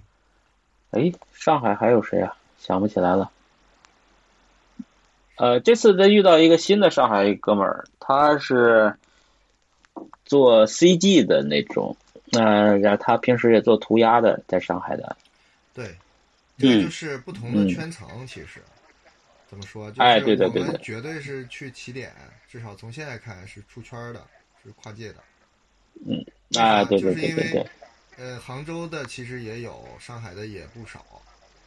B: 哎，上海还有谁啊？想不起来了。呃，这次再遇到一个新的上海一哥们儿，他是做 CG 的那种，呃，然后他平时也做涂鸦的，在上海的。
C: 对，这个
A: 嗯
C: 就是不同的
B: 嗯
C: 圈层，其实怎么说，就
B: 哎对
C: 是
B: 的
C: 我
B: 对的
C: 们绝对是去起点，至少从现在看是出圈儿的，是跨界的。
B: 啊，
C: 啊
B: 对
C: 就
B: 对
C: 是
B: 对
C: 因
B: 对
C: 为
B: 对，
C: 呃，杭州的其实也有，上海的也不少，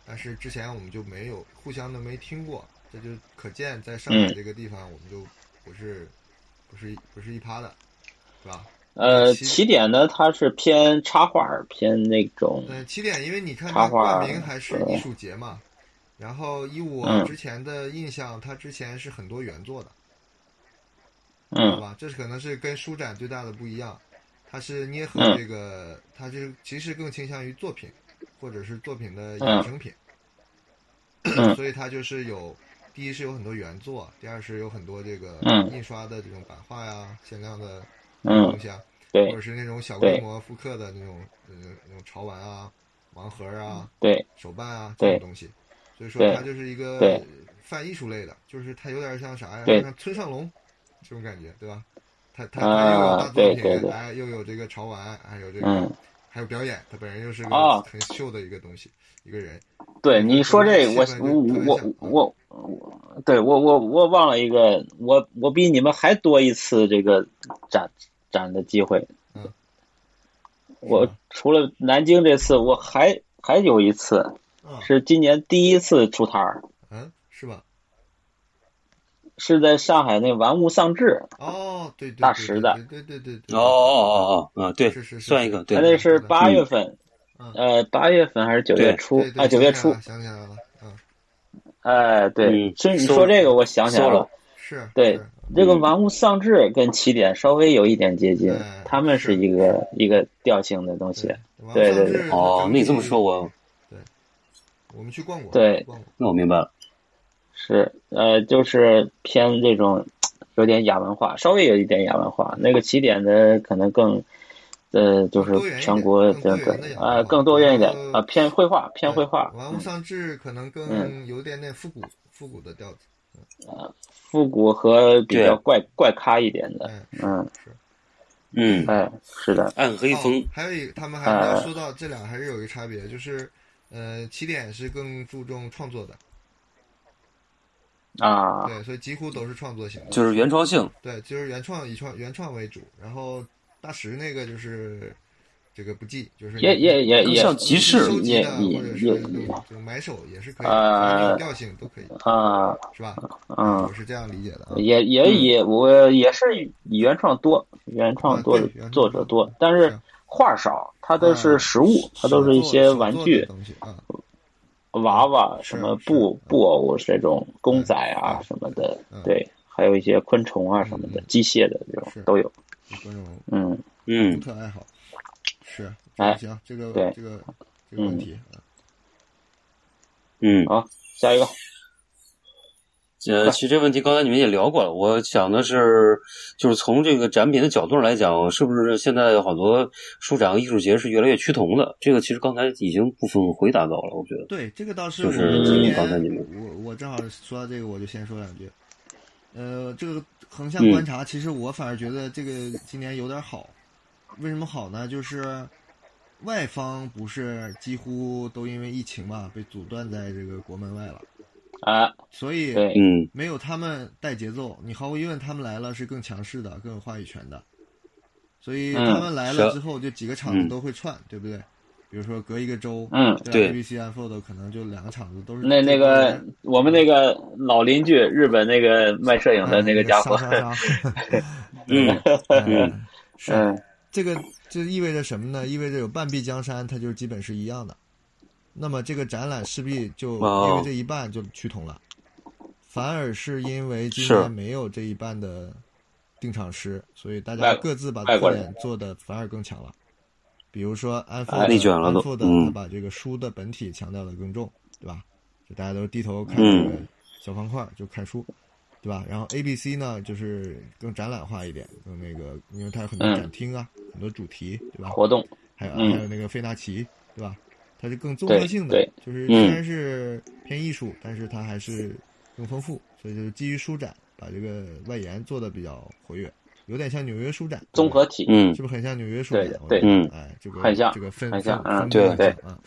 C: 但是之前我们就没有互相的没听过，这就可见在上海
B: 嗯
C: 这个地方，我们就不是、不是不是一趴的，是吧？
B: 呃，
C: 起
B: 起点呢，它是偏插画儿，偏那种，
C: 呃，起点，因为你看
B: 插
C: 它
B: 画
C: 冠名还是
B: 对
C: 艺术节嘛，然后以我
B: 嗯
C: 之前的印象，它之前是很多原作的，好
B: 嗯
C: 吧？这是可能是跟书展最大的不一样，它是捏合
B: 嗯
C: 这个，它是其实更倾向于作品，或者是作品的
B: 嗯
C: 衍生品，
B: 嗯
C: 所以它就是有，第一是有很多原作，第二是有很多这个
B: 嗯
C: 印刷的这种版画呀、限量的
B: 嗯
C: 东，西啊，或
B: 对
C: 者是那种小
B: 对
C: 规模复刻的那种呃那种潮玩啊、盲盒啊、
B: 对，
C: 手办啊这
B: 对
C: 种东西，所以说
B: 对
C: 它就是一个
B: 对
C: 泛艺术类的，就是它有点像啥呀？
B: 对
C: 像村上龙这种感觉，对吧？它它
B: 啊
C: 它又有大作
B: 对
C: 品，
B: 对对
C: 哎，又有这个潮玩，还有这个、
B: 嗯，
C: 还有表演，他本人又是个
B: 哦
C: 很秀的一个东西，一个人。
B: 对你说这个，我
C: 气氛
B: 我
C: 就特别
B: 我
C: 像
B: 我我，对我我我忘了一个，我我比你们还多一次这个展展的机会
C: 嗯。
B: 我除了南京这次，我还还有一次
C: 嗯
A: 啊
B: 是今年第一次出摊儿，
C: 嗯是吧？
B: 是在上海那玩物丧志，
C: 哦，对对，对
B: 大石的
C: 对对对对对，
A: 哦哦哦哦啊，对
C: 是，是是
A: 算一个，对
B: 他
C: 哎，
B: 那是八月份，
C: 嗯
B: 呃，八月份还是九月
A: 对
B: 初
C: 对对
B: 啊？九月
C: 想起来
B: 初
C: 了，想起来了，嗯，
B: 哎，对
A: 嗯，
B: 这你
A: 搜
B: 说这个，我想起来
A: 搜
B: 了
A: 了，
C: 是，
B: 对
C: 是，
B: 这个
A: 嗯
B: 玩物丧志跟起点稍微有一点接近
C: 哎，
B: 他们是
C: 是
B: 一个一个调性的东西
C: 对。，王
B: 对
C: 上
B: 对对
C: 志
A: 哦，
C: 整
A: 那你这么
C: 体
A: 说，我
C: 我们去逛过，
B: 对
C: 逛过，
A: 那我明白了，
B: 是，呃，就是偏这种有点亚文化，稍微有一点亚文化。那个起点的可能更，呃，就
C: 更多
B: 是
C: 元一
B: 全
C: 点
B: 国
C: 更
B: 这
C: 多
B: 个
C: 元的亚文
B: 呃
C: 化
B: 更多元一点
C: 然后
B: 啊，偏绘画，偏
C: 对
B: 绘画，
C: 玩物
B: 嗯
C: 丧志可能更
B: 嗯
C: 有点点复古复古的调子，
B: 复古和比
A: 对
B: 较怪怪咖一点的，
C: 哎，
B: 嗯，
C: 是。
A: 嗯，
B: 哎，是的，
A: 暗黑风
C: 哦，还有一个，他们还没有
B: 呃
C: 说到这俩还是有一个差别，就是，呃，起点是更注重创作的，
B: 啊，
C: 对，所以几乎都是创作型的，
A: 就是原创性，
C: 对，就是原创以创原创为主，然后大石那个就是这个不计，就是
B: 也
C: 你
B: 也也
A: 更
B: 也
A: 像集
C: 你
A: 市
C: 收集
B: 也
C: 的
B: 也
C: 或者
B: 也
C: 是
B: 也
C: 就买手也是可以，
B: 呃
C: 只要你有调性都可以，
B: 啊，
C: 是吧？
B: 嗯
C: 我。是这样理解的啊，
B: 也也也，我也是以原创多，原创多
C: 啊
B: 的
C: 对原创
B: 作者
C: 多
B: 多，但是
C: 是
B: 画少，它都
C: 啊
B: 是实物，它都是一些玩具
C: 手做的、东西 啊，
B: 娃娃、
C: 是
B: 什么
C: 是
B: 布
C: 嗯
B: 布偶这种公仔啊
C: 嗯
B: 什么的
C: 嗯，
B: 对，还有一些昆虫啊什么的
C: 嗯，嗯
B: 机械的这种
C: 是
B: 都有，
C: 各种
B: 嗯，
C: 独
A: 嗯，
C: 特爱好，是，
B: 哎
C: 行，这个
B: 对
C: 这个这个问
B: 嗯
C: 题啊。
A: 嗯，
B: 好，下一个，
A: 呃，其实这问题刚才你们也聊过了。我想的是，就是从这个展品的角度上来讲，是不是现在好多书展和艺术节是越来越趋同的？这个其实刚才已经部分回答到了，我觉得。
C: 对，这个倒是
A: 就
C: 我们今
A: 是
C: 年，
A: 刚才你们
C: 我我正好说到这个，我就先说两句。呃，这个横向
A: 嗯
C: 观察，其实我反而觉得这个今年有点好。为什么好呢？就是外方不是几乎都因为疫情嘛，被阻断在这个国门外了，
B: 啊，
C: 所以
B: 对，
A: 嗯
C: 没有他们带节奏，你毫无疑问，他们来了是更强势的，更有话语权的。所以
B: 嗯
C: 他们来了
A: 是
C: 之后，就几个厂子
A: 嗯
C: 都会串，对不对？比如说隔一个周，
B: 嗯
A: 对
C: ABC Unfold 可能就两个厂子都是
B: 那那个我们那个老邻居，日本那个卖摄影的
C: 那
B: 那个家伙，
C: 杀杀杀
A: 嗯
C: 嗯，是
B: 嗯
C: 这个就意味着什么呢？意味着有半壁江山，它就基本是一样的。那么这个展览势必就
A: 哦
C: 因为这一半就趋同了，反而是因为今
A: 是
C: 年没有这一半的定场诗，所以大家
B: 外
C: 各自把
B: 外国
C: 特
B: 人
C: 点做的反而更强了。比如说安富
A: 哎内卷了都
C: 安富的
A: 嗯
C: 他把这个书的本体强调的更重，对吧？就大家都低头看
A: 嗯
C: 这个小方块，就看书，对吧？然后 A、B、C 呢，就是更展览化一点，更那个，因为它有很多
B: 嗯
C: 展厅啊，很多主题，对吧？
B: 活动，
C: 还有、
B: 嗯
C: 还有那个费纳奇，对吧？它是更综合性的
B: 对，
C: 就是
A: 嗯
C: 虽然是偏艺术，但是它还是更丰富，所以就是基于书展把这个外延做的比较活跃，有点像纽约书展，对
B: 综
C: 吧
B: 合体，
A: 嗯
C: 是不是很像纽约书
B: 对
C: 展？我
B: 对
C: 觉得
A: 嗯
C: 哎，这个
B: 很像
C: 这个分
B: 很像
C: 分
B: 嗯
C: 分布
A: 对
C: 很
A: 对
C: 像啊。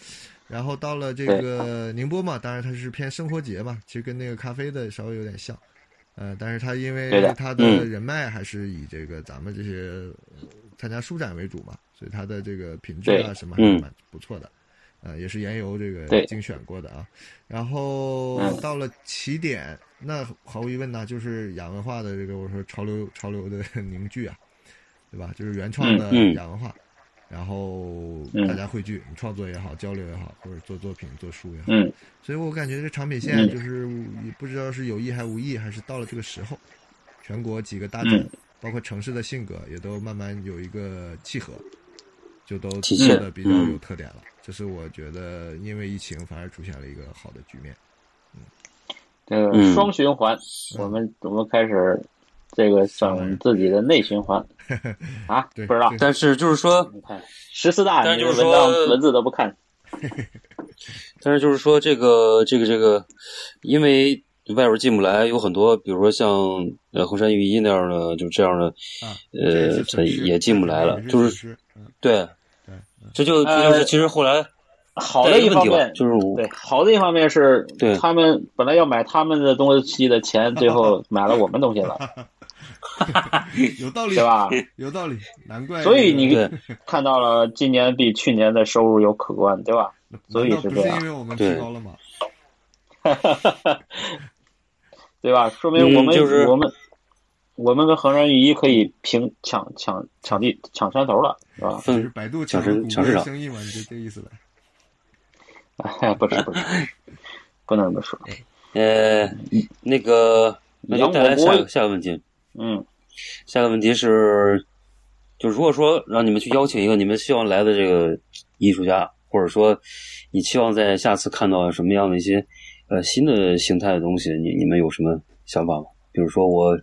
C: 然后到了这
B: 对
C: 个宁波嘛，当然它是偏生活节嘛，其实跟那个咖啡的稍微有点像，呃，但是它因
B: 对
C: 为
B: 的
C: 它
A: 嗯
C: 人脉还是以这个咱们这些呃参加书展为主嘛，所以它的这个品质啊
B: 对
C: 什么还是
A: 嗯
C: 蛮不错的，呃，也是研油这个
B: 对
C: 精选过的啊。然后
B: 嗯
C: 到了起点，那毫无疑问呢，就是亚文化的这个我说潮流潮流的凝聚啊，对吧？就是原创的
A: 嗯嗯
C: 亚文化，然后
B: 嗯
C: 大家汇聚，你创作也好，交流也好，或者做作品、做书也好。
B: 嗯
C: 所以我感觉这个产品线
B: 嗯
C: 就是也不知道是有意还无意，还是到了这个时候，全国几个大展，
B: 嗯
C: 包括城市的性格也都慢慢有一个契合，就都
A: 体
C: 做
A: 现
C: 的比较
A: 嗯
C: 有特点了。这是我觉得，因为疫情反而出现了一个好的局面。
B: 这个
A: 嗯
B: 双循环，我们我们开始这个算我们自己的内循 环啊，
C: 对，
B: 不知道
C: 对，
A: 但是就是说，
B: 你看十四大，
A: 但
B: 你
A: 是就是
B: 文
A: 说
B: 章文字都不看，
A: 但是就是说，这个这个这个，因为外边进不来，有很多，比如说像呃衡山御医那样的，就这样的，
C: 啊，这
A: 呃
C: 是，
A: 他
C: 损失
A: 也进不来了，就
C: 损
A: 是
C: 失嗯，
A: 对，
C: 对，嗯
A: 这就这就是其实后来
B: 呃好
A: 带
B: 的
A: 一
B: 一
A: 个问
B: 方
A: 题吧，
B: 面
A: 就是我
B: 对，好的一方面是
A: 对
B: 他们本来要买他们的东西的钱，最后买了我们东西 了，
C: 有道理
B: 对？吧？
C: 有道理，难怪这个。
B: 所以你
A: 对
B: 看到了今年比去年的收入有可观，对吧？所以
C: 难道
B: 是
C: 不
B: 这
C: 是
B: 样
C: 因为我们提
A: 对
C: 高了吗？
B: 对吧？说明我
A: 嗯
B: 们、
A: 就是
B: 我们我们跟恒山御医可以平抢抢抢地抢山头了，是吧？
C: 就
A: 分
C: 是百度
A: 抢
C: 抢
A: 市
C: 了谷
A: 抢市
C: 歌
A: 场
C: 生意嘛，你就这意思呗。
B: 哎，不是不是，不能这么说。
A: 呃，那个那就带来下个下个问题。
B: 嗯
A: 下个问题是，就如果说让你们去邀请一个你们希望来的这个艺术家，或者说你期望在下次看到什么样的一些呃新的形态的东西，你你们有什么想法吗？比如说我，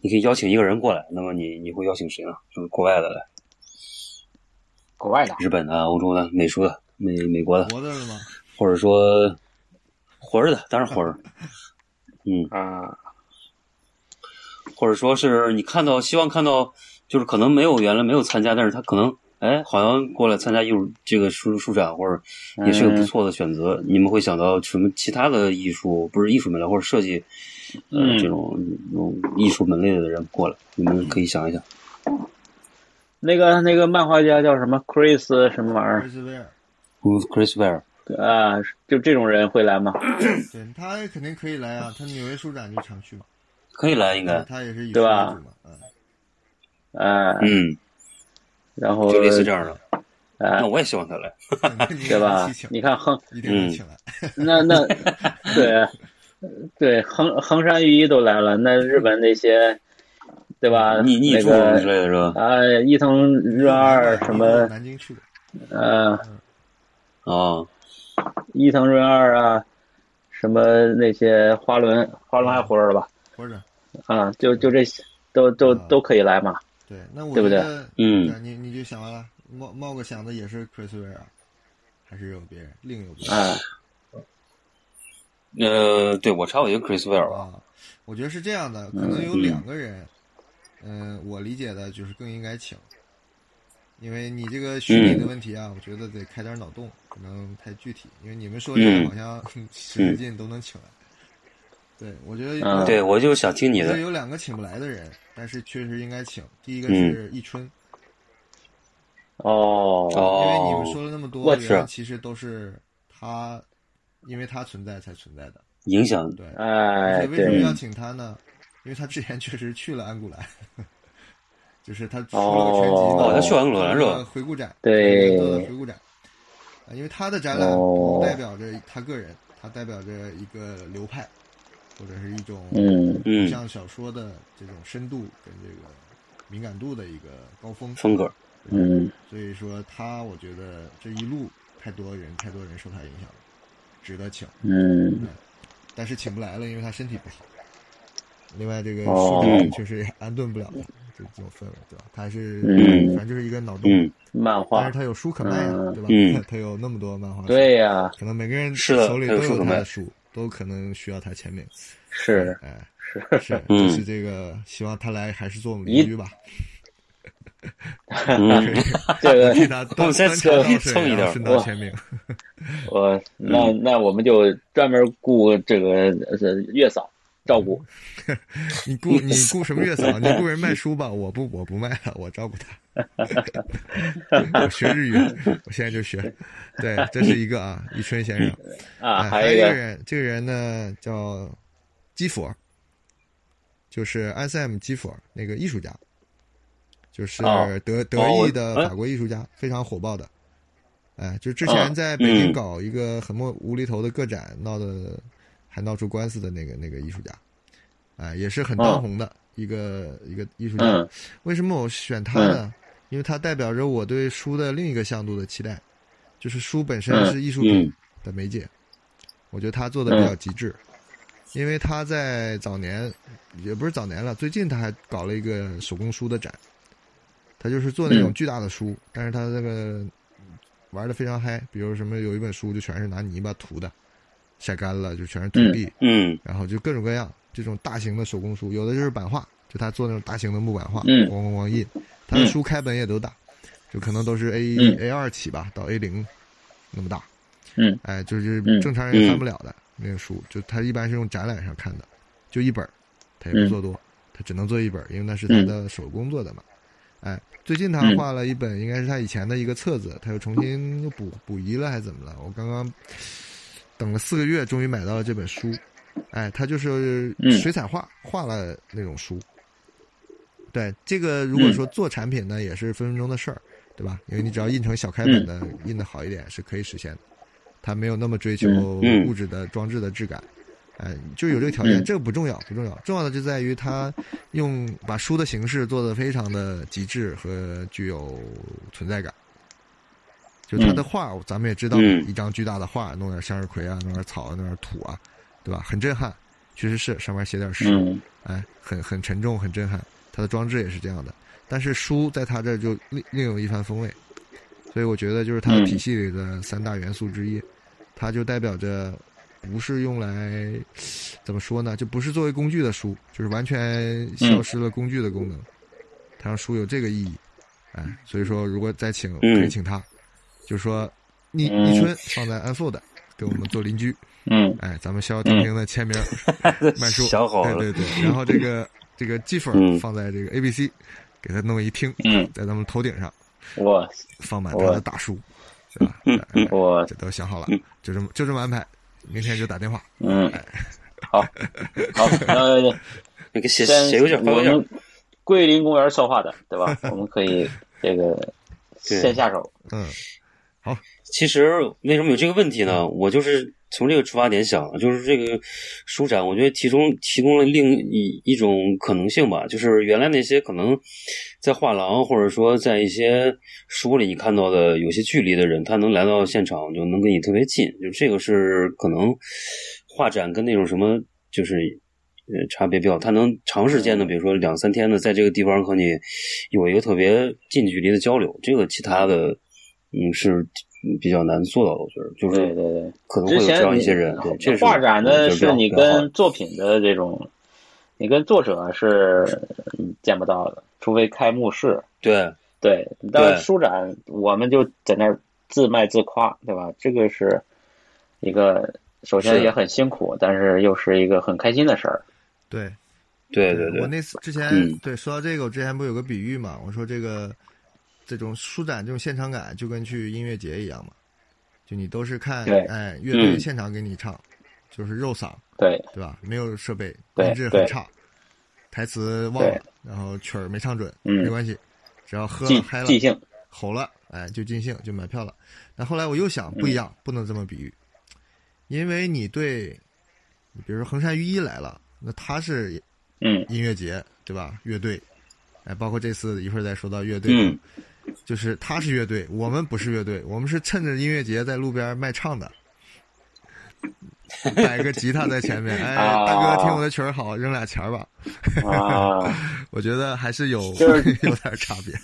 A: 你可以邀请一个人过来，那么你你会邀请谁呢？就是国外的来，
B: 国外的
A: 日本的、欧洲的、美术的、美美
B: 嗯
A: 国的，
C: 活着了吗？
A: 或者说活着的，当然活着，嗯，
B: 啊，
A: 或者说是你看到希望看到，就是可能没有原来没有参加，但是他可能哎好像过来参加艺术这个书书展，或者也是个
B: 哎
A: 不错的选择。你们会想到什么其他的艺术不是艺术门类或者设计，呃、
B: 嗯
A: 这种这种艺术门类的人过来，你们可以想一想。
B: 那个那个漫画家叫什么？Chris 什么玩意
C: 瑞
B: 儿？
C: 士威尔，
A: Bruce Chris w a r
B: 啊，就这种人会来吗？
C: 对他肯定可以来啊，他纽约书展就常去嘛，
A: 可以来，应
B: 哎
A: 该
C: 他也是以书
B: 对
C: 为
B: 吧
C: 主嘛，嗯，
B: 啊，
A: 嗯，
B: 然后
A: 就类似这样的。嗯
B: 啊
A: 那，我也希望他来。
B: 对
C: 对
B: 吧
C: 一定能请？
B: 你看嗯亨
C: 一定能请来。
B: 那 那对对衡衡山御医都来了，那日本那些对吧？
A: 你你
B: 哎那
A: 助手
B: 个
A: 之类的是吧？
B: 啊，伊藤润 二什么
C: 南京去的，
B: 呃，
A: 啊，
B: 伊藤润二啊，什么那些花轮，花轮还活着吧？
C: 活着。
B: 啊，就就这些都都
C: 啊
B: 都可以来嘛。
C: 对，那我
B: 对不
C: 觉
B: 对
C: 得，
A: 嗯
C: 对，你你就想完了，冒冒个想的也是 Chris 威尔，还是有别人，另有别人
B: 啊，
A: 呃，对我查我一个 Chris w a r 吧。嗯
C: 啊？我觉得是这样的，可能有两个人，嗯、我理解的就是更应该请，因为你这个虚
A: 嗯
C: 拟的问题啊，我觉得得开点脑洞，可能太具体，因为你们说这
A: 嗯
C: 个好像 使使劲都能请来。对，我觉得有、
B: 啊
A: 嗯对，我就想听你
C: 我觉
A: 的
C: 得。有两个请不来的人，但是确实应该请。第一
A: 嗯
C: 个是易春，
B: 哦，
A: 哦，
C: 因为你们说了那么多，
A: 我
C: 原
A: 去
C: 来其实都是他，因为他存在才存在的。
A: 影响
C: 对，
B: 哎，
C: 而且为什么
B: 对，
C: 要请他呢？因为他之前确实去了安古兰， 就是他出了个全集
B: 哦
C: 嘛
B: 哦他去
A: 安古兰是吧
C: 做了个回顾展，
B: 对
C: 做了回顾展。啊，因为他的展览
B: 哦
C: 不代表着他个人，他代表着一个流派，或者是一种
B: 嗯
A: 嗯
C: 像小说的这种深度跟这个敏感度的一个高峰。
A: 风格，
B: 嗯
C: 所以说他，我觉得这一路太多人，太多人受他影响了，值得请，
B: 嗯，
C: 但是请不来了，因为他身体不好。另外，这个
B: 哦
C: 书
A: 嗯
C: 里确实也安顿不了了，这这种氛围，对吧？他是，
B: 嗯
C: 反正就是一个脑洞，
A: 嗯，
B: 漫
C: 但
B: 画
C: 是，他有书可卖呀、
B: 嗯
C: 对吧？
A: 嗯
C: 他有那么多漫画，，
B: 对呀，
C: 可能每个人
A: 是的
C: 手里
A: 他有
C: 都
A: 书可
C: 有他
A: 卖
C: 的书，都可能需要他签 名，
B: 是
C: 哎，
B: 是，
C: 是，
A: 嗯
C: 就是这个，希望他来还是做我们
B: 一
C: 邻居吧，
A: 嗯，
B: 这个
C: 替他
A: 我
C: 端
A: 们再
C: 端茶倒水，
A: 蹭一
C: 然
A: 点
C: 后顺
B: 哇
C: 道签名。
B: 我那那我们就专门雇这个呃月嫂照顾，
C: 你雇你雇什么月嫂？你雇人卖书吧？我不我不卖了，我照顾他。 我学日语，我现在就学。对，这是一个啊，一春先生。
B: 啊，
C: 哎
B: 还
C: 有
B: 有一
C: 一个
B: 个
C: 人，这个人呢叫基佛，就是安塞姆基佛那个艺术家，就是
B: 哦
C: 德、德
A: 哦我
C: 裔的
A: 哎
C: 法国艺术家，非常火爆的。哎，就之
B: 嗯
C: 前在北京
A: 嗯
C: 搞一个很莫无厘头的个展，闹的还闹出官司的那个那个艺术家，哎，也是很当
B: 嗯
C: 红的一个、一个艺术家。
B: 嗯
C: 为什么我选它呢？因为它代表着我对书的另一个向度的期待，就是书本身
B: 嗯
C: 是艺术品
A: 嗯
C: 的媒介。我觉得他做的比较极致，因为他在早年，也不是早年了，最近他还搞了一个手工书的展，他就是做那种
B: 嗯
C: 巨大的书，但是他那个玩的非常嗨，比如什么有一本书就全是拿泥巴涂的，晒干了就全是土地，
A: 嗯
C: 然后就各种各样这种大型的手工书，有的就是版画，就他做那种大型的木版画，
B: 嗯
C: 咣咣咣印，他的书开本也都大，就可能都是 A
B: 嗯
C: A 二起吧，到 A 零那么大，
B: 嗯，
C: 哎，就是
B: 嗯
C: 正常人看不了的那个书，就他一般是用展览上看的，就一本儿，他也
B: 嗯
C: 不做多，他只能做一本儿，因为那是他的手工做的嘛，哎，最近他
B: 嗯
C: 画了一本，应该是他以前的一个册子，他又重新又补补遗了还是怎么了？我刚刚等了四个月，终于买到了这本书，哎，他就是
B: 嗯
C: 水彩画画了那种书。对，这个如果说做产品呢，也是分分钟的事儿，对吧？因为你只要印成小开本的，印的好一点是可以实现的。它没有那么追求
A: 嗯嗯
C: 物质的装置的质感，哎，就是有这个条件，
B: 嗯
C: 这个不重要，不重要，重要的就在于它用把书的形式做得非常的极致和具有存在感。就他的画，咱们也知道，
A: 嗯
C: 一张巨大的画，弄点向日葵啊，弄点草啊，弄点土啊，对吧？很震撼，确实是上面写点诗，
B: 嗯
C: 哎，很很沉重，很震撼。它的装置也是这样的，但是书在它这儿就另另有一番风味，所以我觉得就是它
B: 嗯
C: 体系里的三大元素之一，它就代表着不是用来怎么说呢，就不是作为工具的书，就是完全消失了工具的功能，它让书有这个意义，哎，所以说如果再请可
A: 嗯
C: 以请他，就是说倪倪春放在 Unfold 给我们做邻居，
B: 嗯
C: 哎，咱们逍遥堂平的签名。 卖书，
A: 想好了，
C: 对对 对。然后这个这个鸡粉
A: 嗯
C: 放在这个 ABC，给他弄一厅，
B: 嗯，
C: 在咱们头顶上
B: 我
C: 放满他的大书，是吧？
A: 嗯
C: 哎
B: 我
C: 这都想好了，就这么就这么安排。明天就打电话，
B: 嗯，好，好， 那
A: 那个写
B: 先
A: 写个小
B: 我
A: 方向
B: 们，桂林公园策划的，对 吧？我们可以这个
A: 对
B: 先下手，
C: 嗯
A: 其实为什么有这个问题呢？我就是从这个出发点想，就是这个书展，我觉得提供提供了另一一种可能性吧，就是原来那些可能在画廊或者说在一些书里你看到的有些距离的人，他能来到现场就能跟你特别近，就这个是可能画展跟那种什么就是。呃，差别比较，他能长时间的，比如说两三天的，在这个地方和你有一个特别近距离的交流，这个其他的嗯，是比较难做到的，我觉得，就
B: 对
A: 是
B: 对对。
A: 可能会有
B: 之前
A: 这样一
B: 你
A: 些人，对，这是
B: 画展
A: 我觉
B: 呢，
A: 得比较
B: 是你
A: 比较好的
B: 跟作品的这种，你跟作者是嗯见不到的，除非开幕式，
A: 对
B: 对，但
A: 对
B: 是书展我们就在那儿自卖自夸，对吧？这个是一个首先
A: 是
B: 也很辛苦，但是又是一个很开心的事儿。
C: 对
A: 对对
C: 我
A: 对，
C: 那次之前、
A: 嗯
C: 对说到这个，我之前不有个比喻嘛？我说这个这种书展这种现场感，就跟去音乐节一样嘛，就你都是看
B: 对
C: 哎乐队
A: 嗯
C: 现场给你唱，就是肉嗓，
B: 对，
C: 对吧？没有设备，
B: 对
C: 音质很
B: 对
C: 差，台词忘了
B: 对，
C: 然后曲儿没唱准，
B: 嗯
C: 没关系，只要喝
B: 即
C: 了嗨了
B: 即兴，
C: 吼了，哎，就尽兴就买票了。那后来我又
B: 嗯
C: 想，不一样，不能这么比喻，因为你对，你比如说横山裕一来了，那他是
B: 嗯
C: 音乐节对吧？乐队，哎，包括这次一会儿再说到乐队，
A: 嗯，
C: 就是他是乐队，我们不是乐队，我们是趁着音乐节在路边卖 唱的，摆个吉他在前面，哎，
B: 啊
C: 大哥听我的曲儿好，扔俩钱儿吧。
B: 啊，
C: 我觉得还是有
B: 就是
C: 有点差别，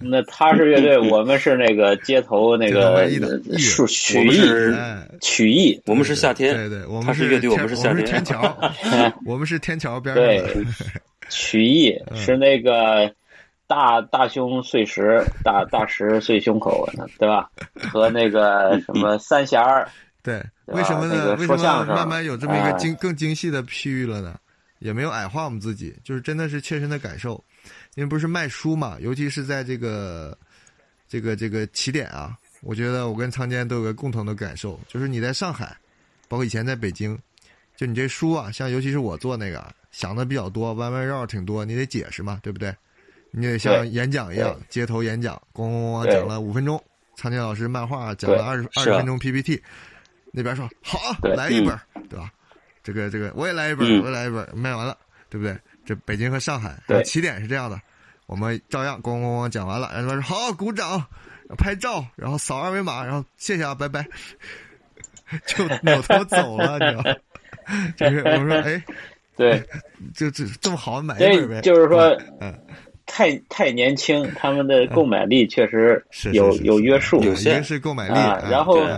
B: 那他是乐队，我们是那个街头那
C: 街头
B: 个
C: 文艺的艺人
B: 是
A: 我
B: 曲
A: 们
B: 艺，
A: 是，
C: 哎。
B: 曲艺，
A: 我们是夏
C: 对
A: 天，
C: 对，我
A: 他
C: 们
A: 是乐队
C: 天
A: 我们是
C: 我
A: 夏
C: 们是
A: 天
C: 天桥， 我们是天桥边上
B: 对
C: 的，，
B: 曲艺
C: 嗯
B: 是那个大大胸碎石，大大石碎胸口，对吧？和那个什 么三弦儿。
C: 对，
B: 对
C: 为
B: 吧
C: 什么
B: 那
C: 呢？
B: 个
C: 为什
B: 说
C: 么
B: 相声
C: 慢慢有这么一个
B: 哎
C: 精更精细的譬喻了呢？也没有矮化我们自己，就是真的是切身的感受。因为不是卖书嘛，尤其是在这个这个这个起点啊，我觉得我跟仓坚都有个共同的感受，就是你在上海，包括以前在北京，就你这书啊，像尤其是我做那个啊，想的比较多，弯弯绕绕挺多，你得解释嘛，对不对？你得像
B: 对
C: 演讲一样，街头演讲，咣咣咣咣
B: 对
C: 讲了五分钟，仓坚老师漫画讲了
B: 对
C: 二十
A: 是
C: 二十
A: 啊
C: 分钟 PPT，那边说好啊，
B: 对嗯
C: 来一本儿，对吧？这个这个我也来一本儿，
A: 嗯
C: 我也来一本儿，卖完了，对不对？这北京和上海
B: 对
C: 起点是这样的，我们照样咣咣咣讲完了，然后他说好，鼓掌，拍照，然后扫二维码，然后谢谢啊，拜 拜，就扭头走了，你知道吗？ 就是我说，哎，
B: 对，
C: 就这这么好，买一本儿
B: 这
C: 呗。
B: 就是说
C: 嗯，
B: 太太年轻，他们的购买力确实
C: 是是
B: 有
C: 是是
B: 有约束
A: 有
C: 一
A: 限
C: 个是购买力，
B: 啊
C: 哎。
B: 然后
C: 对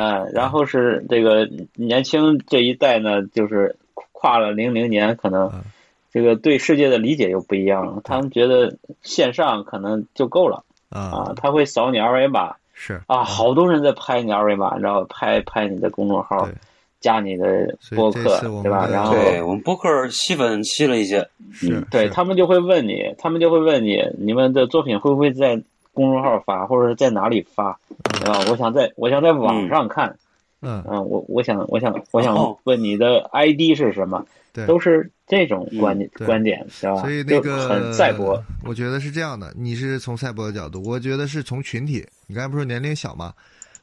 B: 啊，然后是这个年轻这一代呢，就是跨了零零年，可能
C: 嗯
B: 这个对世界的理解又不一样了。他们觉得线上可能就够了
C: 啊
B: 啊，他会扫你二维码
C: 是
B: 啊，好多人在拍你二维码，然后拍拍你的公众号
C: 对，
B: 加你的播
C: 所以这
B: 客
C: 次我，们
B: 对吧？
C: 的
B: 然后
A: 对我们播客吸粉吸了一些，
C: 是，
B: 嗯对
C: 是
B: 他们就会问你，他们就会问你，你们的作品会不会在公众号发，或者是在哪里发，对吧？我想在我想在网上看，
C: 嗯，
B: 嗯，我我想我想我想
A: 哦
B: 问你的 ID 是什么？
C: 对，嗯
B: 都是这种观点
C: 对
B: 观点是吧？
C: 所以那
B: 就
C: 个
B: 很赛博，，
C: 我觉得是这样的。你是从赛博的角度，我觉得是从群体。你刚才不是说年龄小吗？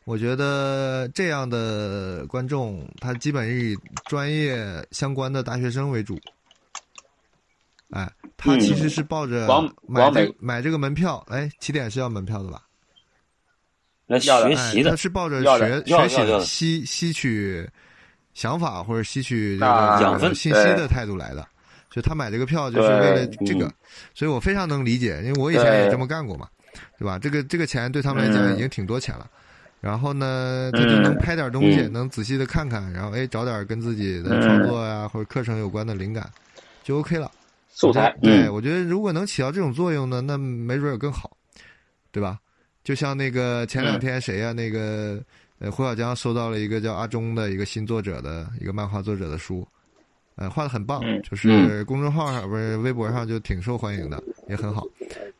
C: 我觉得这样的观众，他基本以专业相关的大学生为主。哎，他其实是抱着
B: 往
C: 买
B: 往
C: 这
B: 嗯美
C: 买这个门票，哎，起点是要门票的吧？
A: 来
B: 要
A: 学
B: 的
C: 哎
A: 习，
C: 他
A: 的，
C: 是抱着
B: 要
C: 学
B: 的
A: 要
C: 学
A: 的
C: 习
A: 要的要
C: 的
A: 的
C: 吸吸取想法或者吸取这
B: 啊
C: 个
A: 养分
C: 信息的
B: 对
C: 态度来的，所以他买这个票就是为了
A: 对
C: 这个
A: 嗯，
C: 所以我非常能理解，因为我以前也
B: 对
C: 这么干过嘛，对吧？这个这个钱对他们来讲已经挺多钱了。然后呢，他就能
B: 嗯
C: 拍点东西，
A: 嗯嗯
C: 能仔细的看看，然后哎，找点跟自己的创作呀、或者课程有关的灵感，就 OK 了。
B: 素材，
C: 对，
A: 嗯
C: 我觉得如果能起到这种作用呢，那没准儿有更好，对吧？就像那个
A: 嗯
C: 前两天谁呀、那个呃，胡小江收到了一个叫阿忠的一个新作者的一个漫画作者的书，呃，画的很棒，
B: 嗯
C: 就是公众号上不是微博上就挺受欢迎的，也很好。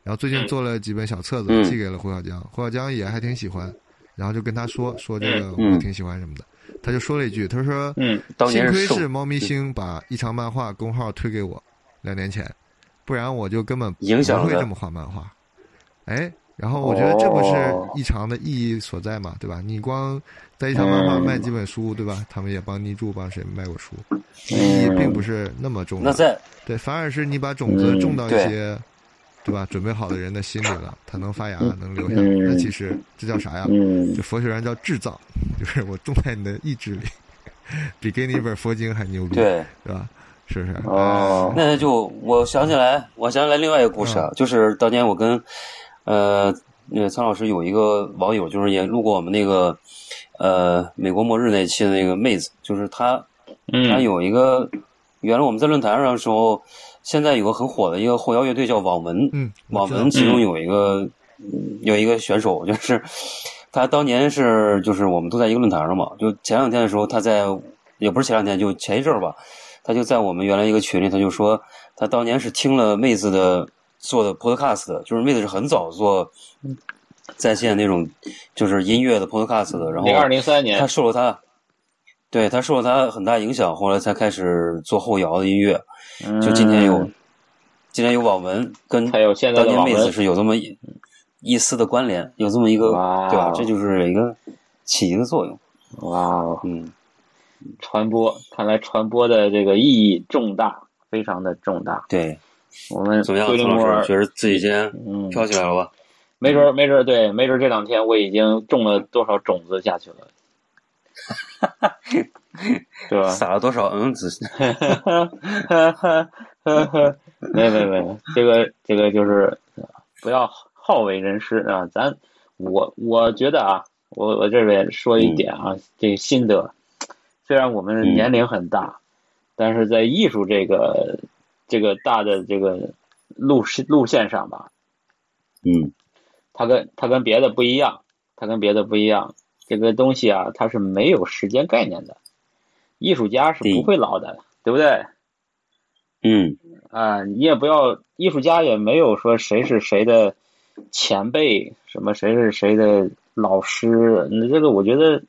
C: 然后最近做了几本小册子、
A: 嗯
C: 寄给了胡小江，胡小江也还挺喜欢，然后就跟他说说这个
A: 嗯
C: 我挺喜欢什么的，他就说了一句，他说
B: 嗯，
A: 当年
C: 幸亏
A: 是受
C: 是猫咪星把异常漫画公号推给我，两年前，不然我就根本不
A: 影响了
C: 会
A: 他
C: 这么画漫画。哎，然后我觉得这不
B: 哦
C: 是异常的意义所在嘛，对吧？你光在异常漫画
B: 嗯
C: 卖几本书，对吧？他们也帮泥柱帮谁卖过书，意义并不是那么重
A: 那
C: 要。
A: 在
C: 对，反而是你把种子
B: 嗯
C: 种到一
B: 对
C: 些，对吧？准备好的人的心里了，它能发芽，能留下。
B: 嗯
C: 那其实这叫啥呀？
B: 嗯
C: 就佛学上叫智藏，就是我种在你的意志里， 比给你一本佛经还牛逼，
A: 对，
C: 对吧？是不是？
B: 哦，
C: 哎
A: 那就我想起来，我想起来另外一个故
C: 哦
A: 事啊，就是当年我跟呃呃苍老师有一个网友，就是也录过我们那个呃美国末日那期的那个妹子，就是她她
B: 嗯，
A: 有一个原来我们在论坛上的时候，现在有个很火的一个后摇乐队叫网文，
C: 嗯，我
A: 网
C: 知道
A: 文其中有一个、嗯有一个选手，就是他当年是就是我们都在一个论坛上嘛，就前两天的时候他在也不是前两天，就前一阵儿吧，他就在我们原来一个群里，他就说他当年是听了妹子的做的 podcast，的就是妹子是很早做
B: 嗯
A: 在线那种就是音乐的 podcast 的，然后
B: 零二零三年
A: 他，受了他，对他受了他很大影响，后来才开始做后摇的音乐。就今天有，
B: 嗯
A: 今天有网文跟
B: 还有现在
A: 当
B: 的
A: 年
B: 网
A: 妹子
B: 文，
A: 是有这么一一丝的关联，有这么一个
B: 哇哦
A: 对吧？这就是一个起一个作用。
B: 哇哦，
A: 嗯，
B: 传播，看来传播的这个意义重大，非常的重大。
A: 对，
B: 我们
A: 怎么样，
B: 龟
A: 陈
B: 苓
A: 老
B: 波，
A: 师？觉得自己今天
B: 嗯，
A: 飘起来了吧？
B: 没准儿，没准儿，对，没准儿这两天我已经种了多少种子下去了，对吧？
A: 撒了多少？嗯，子
B: 哈哈哈哈哈！ 没没没，这个这个就是不要好为人师啊！咱我我觉得啊，我我这边说一点啊，这心得，虽然我们年龄很大，但是在艺术这个这个大的这个路路线上吧，
A: 嗯
B: 它跟它跟别的不一样，它跟别的不一样。这个东西啊，它是没有时间概念的，艺术家是不
A: 对
B: 会老的，对不对？
A: 嗯，
B: 啊，你也不要，艺术家也没有说谁是谁的前辈，什么谁是谁的老师，你这个我觉得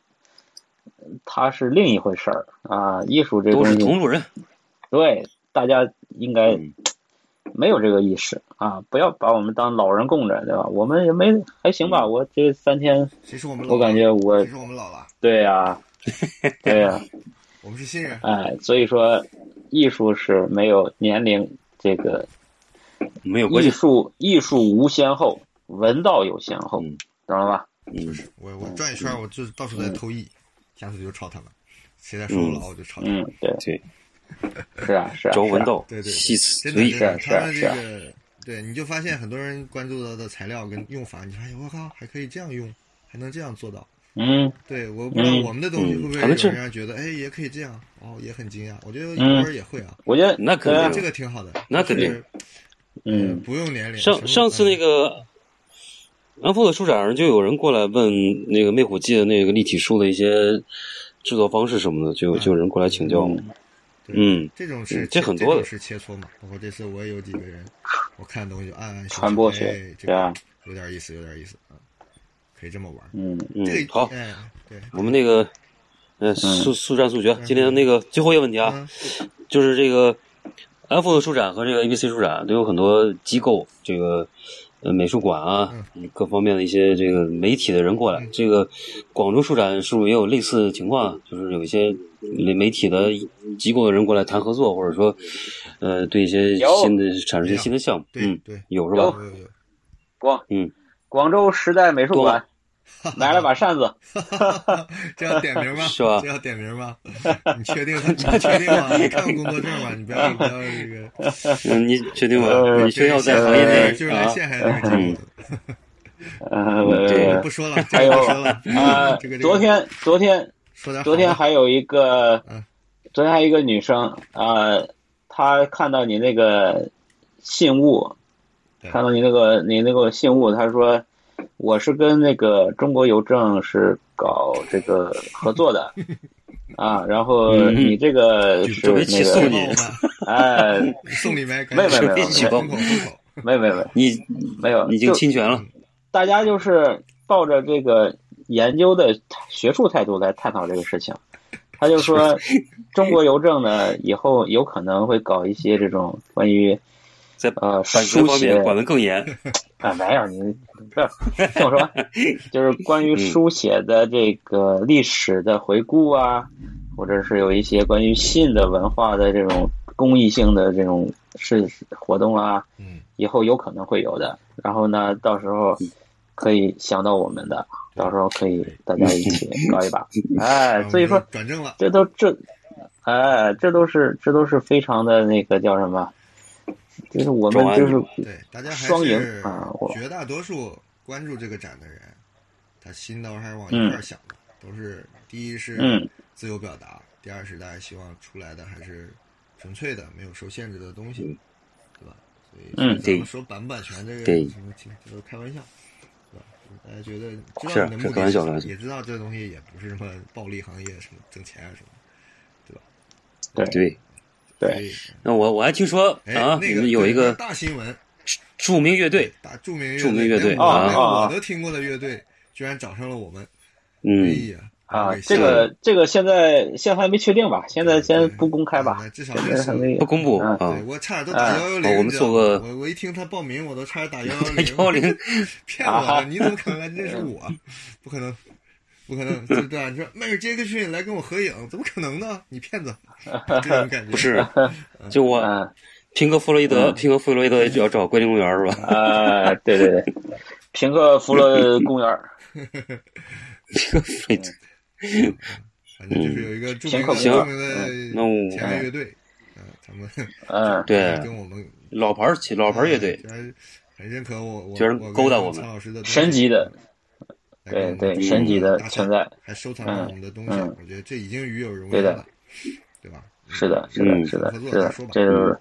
B: 他是另一回事儿啊。艺术这
A: 都
B: 东
A: 是
B: 西，
A: 同路人。
B: 对大家应该
A: 嗯
B: 没有这个意识啊，不要把我们当老人供着，对吧？我们也没还行
A: 嗯
B: 吧，我这三天，
C: 谁说我们老了？
B: 我感觉我
C: 谁说我们老了？
B: 对呀，对呀。
C: 我们是新人。
B: 哎，所以说，艺术是没有年龄这个
A: 没有关
B: 艺
A: 系，
B: 术艺术无先后，文道有先后，
A: 嗯
B: 懂了吧？
A: 嗯，
C: 我我转一圈，我就是到处在偷艺，下次就抄他们。谁再说我老，我就抄他们。
B: 嗯嗯，对
A: 对，
B: 是 啊是啊，
A: 轴
B: 是
A: 文
B: 啊
A: 斗
C: 对，对
A: 戏此
C: 真的
A: 随
C: 真
B: 是啊
C: 的，
B: 是
C: 他
B: 啊
C: 们这
B: 是啊
C: 个对，你就发现很多人关注到的材料跟用法，你发现我靠，还可以这样用，还能这样做到。
B: 嗯
C: 对，我不知道
B: 嗯
C: 我们的东西会不会
A: 嗯咱
C: 有
A: 们是
C: 人让觉得，哎，也可以这样，哦，也很惊讶。我觉得偶尔也会啊，
B: 我觉得
A: 那肯
B: 嗯对啊
A: 定
C: 这个挺好的。
A: 那肯定
C: 就是，呃
B: 嗯
C: 不用年龄。什
A: 上
C: 么
A: 上次那
C: 嗯
A: 个安富的书展上，就有人过来问那个魅虎记的那个立体书的一些制作方式什么的，就就有人过来请教嘛。
C: 对
A: 嗯，
C: 这种是
A: 嗯这很多的
C: 种是切磋嘛。包括这次我也有几个 人，我看东西就暗暗
B: 传播学
C: 学，哎这
B: 对啊
C: 个有点意思，有点意思啊，可以这么玩。
B: 嗯
A: 嗯
C: 这，个
A: 好，
C: 哎，对，
A: 我们那个嗯，速速战速决。
C: 嗯
A: 今天那个最后一个问题啊，就是这个 F 书展和这个 ABC 书展都有很多机构，这个呃美术馆啊，
C: 嗯
A: 各方面的一些这个媒体的人过来。这个广州书展是不是也有类似的情况啊？就是有一些媒体的机构的人过来谈合作，或者说呃对一些
B: 有
A: 新的产生一些新的项目，
C: 对
A: 嗯，
C: 对，
A: 有是
B: 有
A: 吧？
C: 有有有，
B: 广
A: 嗯，
B: 广州时代美术馆拿来把扇 子，
C: 这要点名 吗？
A: 是吧
C: 这要点名吗？你确定？你确定吗？你看过工作证吗？你不要不要 这个，
A: 嗯，你确定吗？
B: 呃
A: 你确定要在行业内
C: 对就是
A: 啊
C: 来陷害这个节目的。
B: 呃
A: 嗯
C: 不，说了，这
B: 还
C: 个
B: 有
C: 不说了。
B: 哎啊
C: 这个这个，
B: 昨天昨天
C: 说点 好的
B: 昨天还有一个
C: 嗯，
B: 昨天还有一个女生啊、呃她看到你那个信物，
C: 对
B: 看到你那个你那个信物，她说我是跟那个中国邮政是搞这个合 作的啊，然后
A: 嗯
B: 你这个
C: 举
B: 是
A: 准备
B: 那
A: 起诉
B: 个
A: 你
B: 哎，
C: 送 礼没？
B: 没有没有没有
C: 封口封口，
B: 没有没有没有
A: 你
B: 没有，
A: 已经
B: 就
A: 侵权了，
B: 大家就是抱着这个研究的学术态度来探讨这个事情。他就 说，中国邮政呢以后有可能会搞一些这种关于
A: 在
B: 呃
A: 版权
B: 书
A: 方
B: 写
A: 面管得更严。
B: 啊，没有你不要听我 说完，就是关于书写的这个历史的回顾啊，或者是有一些关于信的文化的这种公益性的这种事活动啊，
C: 嗯，
B: 以后有可能会有的。然后呢，到时候可以想到我们的，到时候可以大家一起搞一把。 哎，所以说
C: 转正了，
B: 这都这，哎，这都是这都是非常的那个叫什么？就是我们就是
C: 对，大家还
B: 双赢
C: 是
B: 啊我
C: 绝大多数关注这个展的人，他心都还是往一块儿想的，都是第一是
B: 嗯
C: 自由表达，第二是大家希望出来的还是纯粹的、没有受限制的东西，对吧？所以
B: 嗯
C: 咱
A: 对
C: 们说版不版权这个
A: 对
C: 什么，这都是开玩笑。对吧？大家觉得知
A: 是
C: 道你的
A: 是
C: 目
A: 开
C: 的
A: 玩
C: 是
A: 笑开
C: 什么
A: 玩，笑
C: 也知道这东西也不是什么暴利行业，什么挣钱啊什么。
A: 对，
B: 对
C: 所以
A: 那我我还听说
C: 哎，
A: 啊，
C: 那
A: 你
C: 个
A: 们有一
C: 对
A: 个
C: 大哎新闻，
A: 著名乐队，
C: 大著名
A: 著名乐队
C: 连我
B: 啊
C: 连
B: 啊
C: 我
B: 啊
C: 都听过的乐队，居然找上了我们。哎
A: 嗯，
C: 呀，
B: 啊
C: 哎，
B: 这个这个现在现在还没确定吧？现在先不公开，
C: 对
B: 吧
C: 对，至少
B: 现在还
C: 是。
B: 没
A: 不公布
B: 嗯
A: 啊
C: 对，。我差点都打
B: 啊
C: 幺幺
A: 哦
C: 零，
A: 我们做个
C: 我我一听他报名，我都差 点打幺幺
A: 幺幺零，
C: 骗我
B: 啊
C: 的！你怎么可能来认识 我？不可能，不可能，对对啊！你说迈尔杰克逊来跟我合影，怎么可能呢？你骗子！这种感 觉
A: 不是，就我
B: 嗯
A: 平克·弗洛伊德，平克·弗洛伊德要找桂林公园是吧？
B: 啊，对对对，平克福勒公园儿，
C: 反正就是有一个著名
B: 行
C: 的
B: 行
C: 著名
A: 嗯那
C: 的
A: 我
C: 前卫乐队，嗯，他们
B: 嗯，
A: 对，
C: 跟我们
A: 老牌儿起老牌儿乐队
C: 居，然很认可我，我
A: 居然
C: 我跟
A: 勾搭我
C: 曹
A: 们
C: 老师的东西
B: 神级的，
C: 来跟我
B: 对
C: 们
B: 对，嗯
C: 打
B: 神级的
C: 打
B: 存
C: 赏
B: 在，
C: 还收藏了我们的东西，
B: 嗯嗯
C: 我觉得这已经与有荣
B: 对
C: 焉
B: 的
C: 了，对吧？
B: 是的，是
A: 嗯
B: 的，是的，
C: 合作
B: 是的
C: 再说吧，
B: 这就是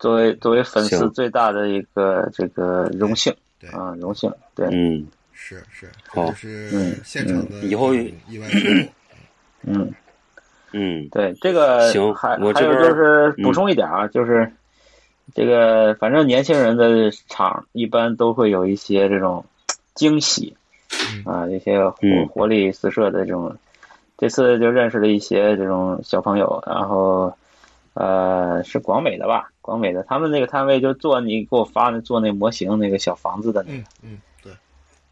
B: 作为作为粉丝
A: 行
B: 最大的一个这个荣幸
C: 对，
B: 啊，荣幸，对，
A: 嗯，
C: 是是，这
A: 好嗯
C: 就是现场的
A: 以后
C: 意外收获。
B: 嗯，
A: 嗯，
B: 对，这个
A: 行
B: 还
A: 我
B: 还
A: 这
B: 有
A: 边
B: 就
A: 儿
B: 是
A: 嗯
B: 补充一点啊，就是这个反正年轻人的场一般都会有一些这种惊喜啊，一些活
A: 嗯
B: 活力四射的这种。这次就认识了一些这种小朋友，然后呃是广美的吧，广美的他们那个摊位就做你给我发的做那模型那个小房子的那个
C: 嗯嗯，对，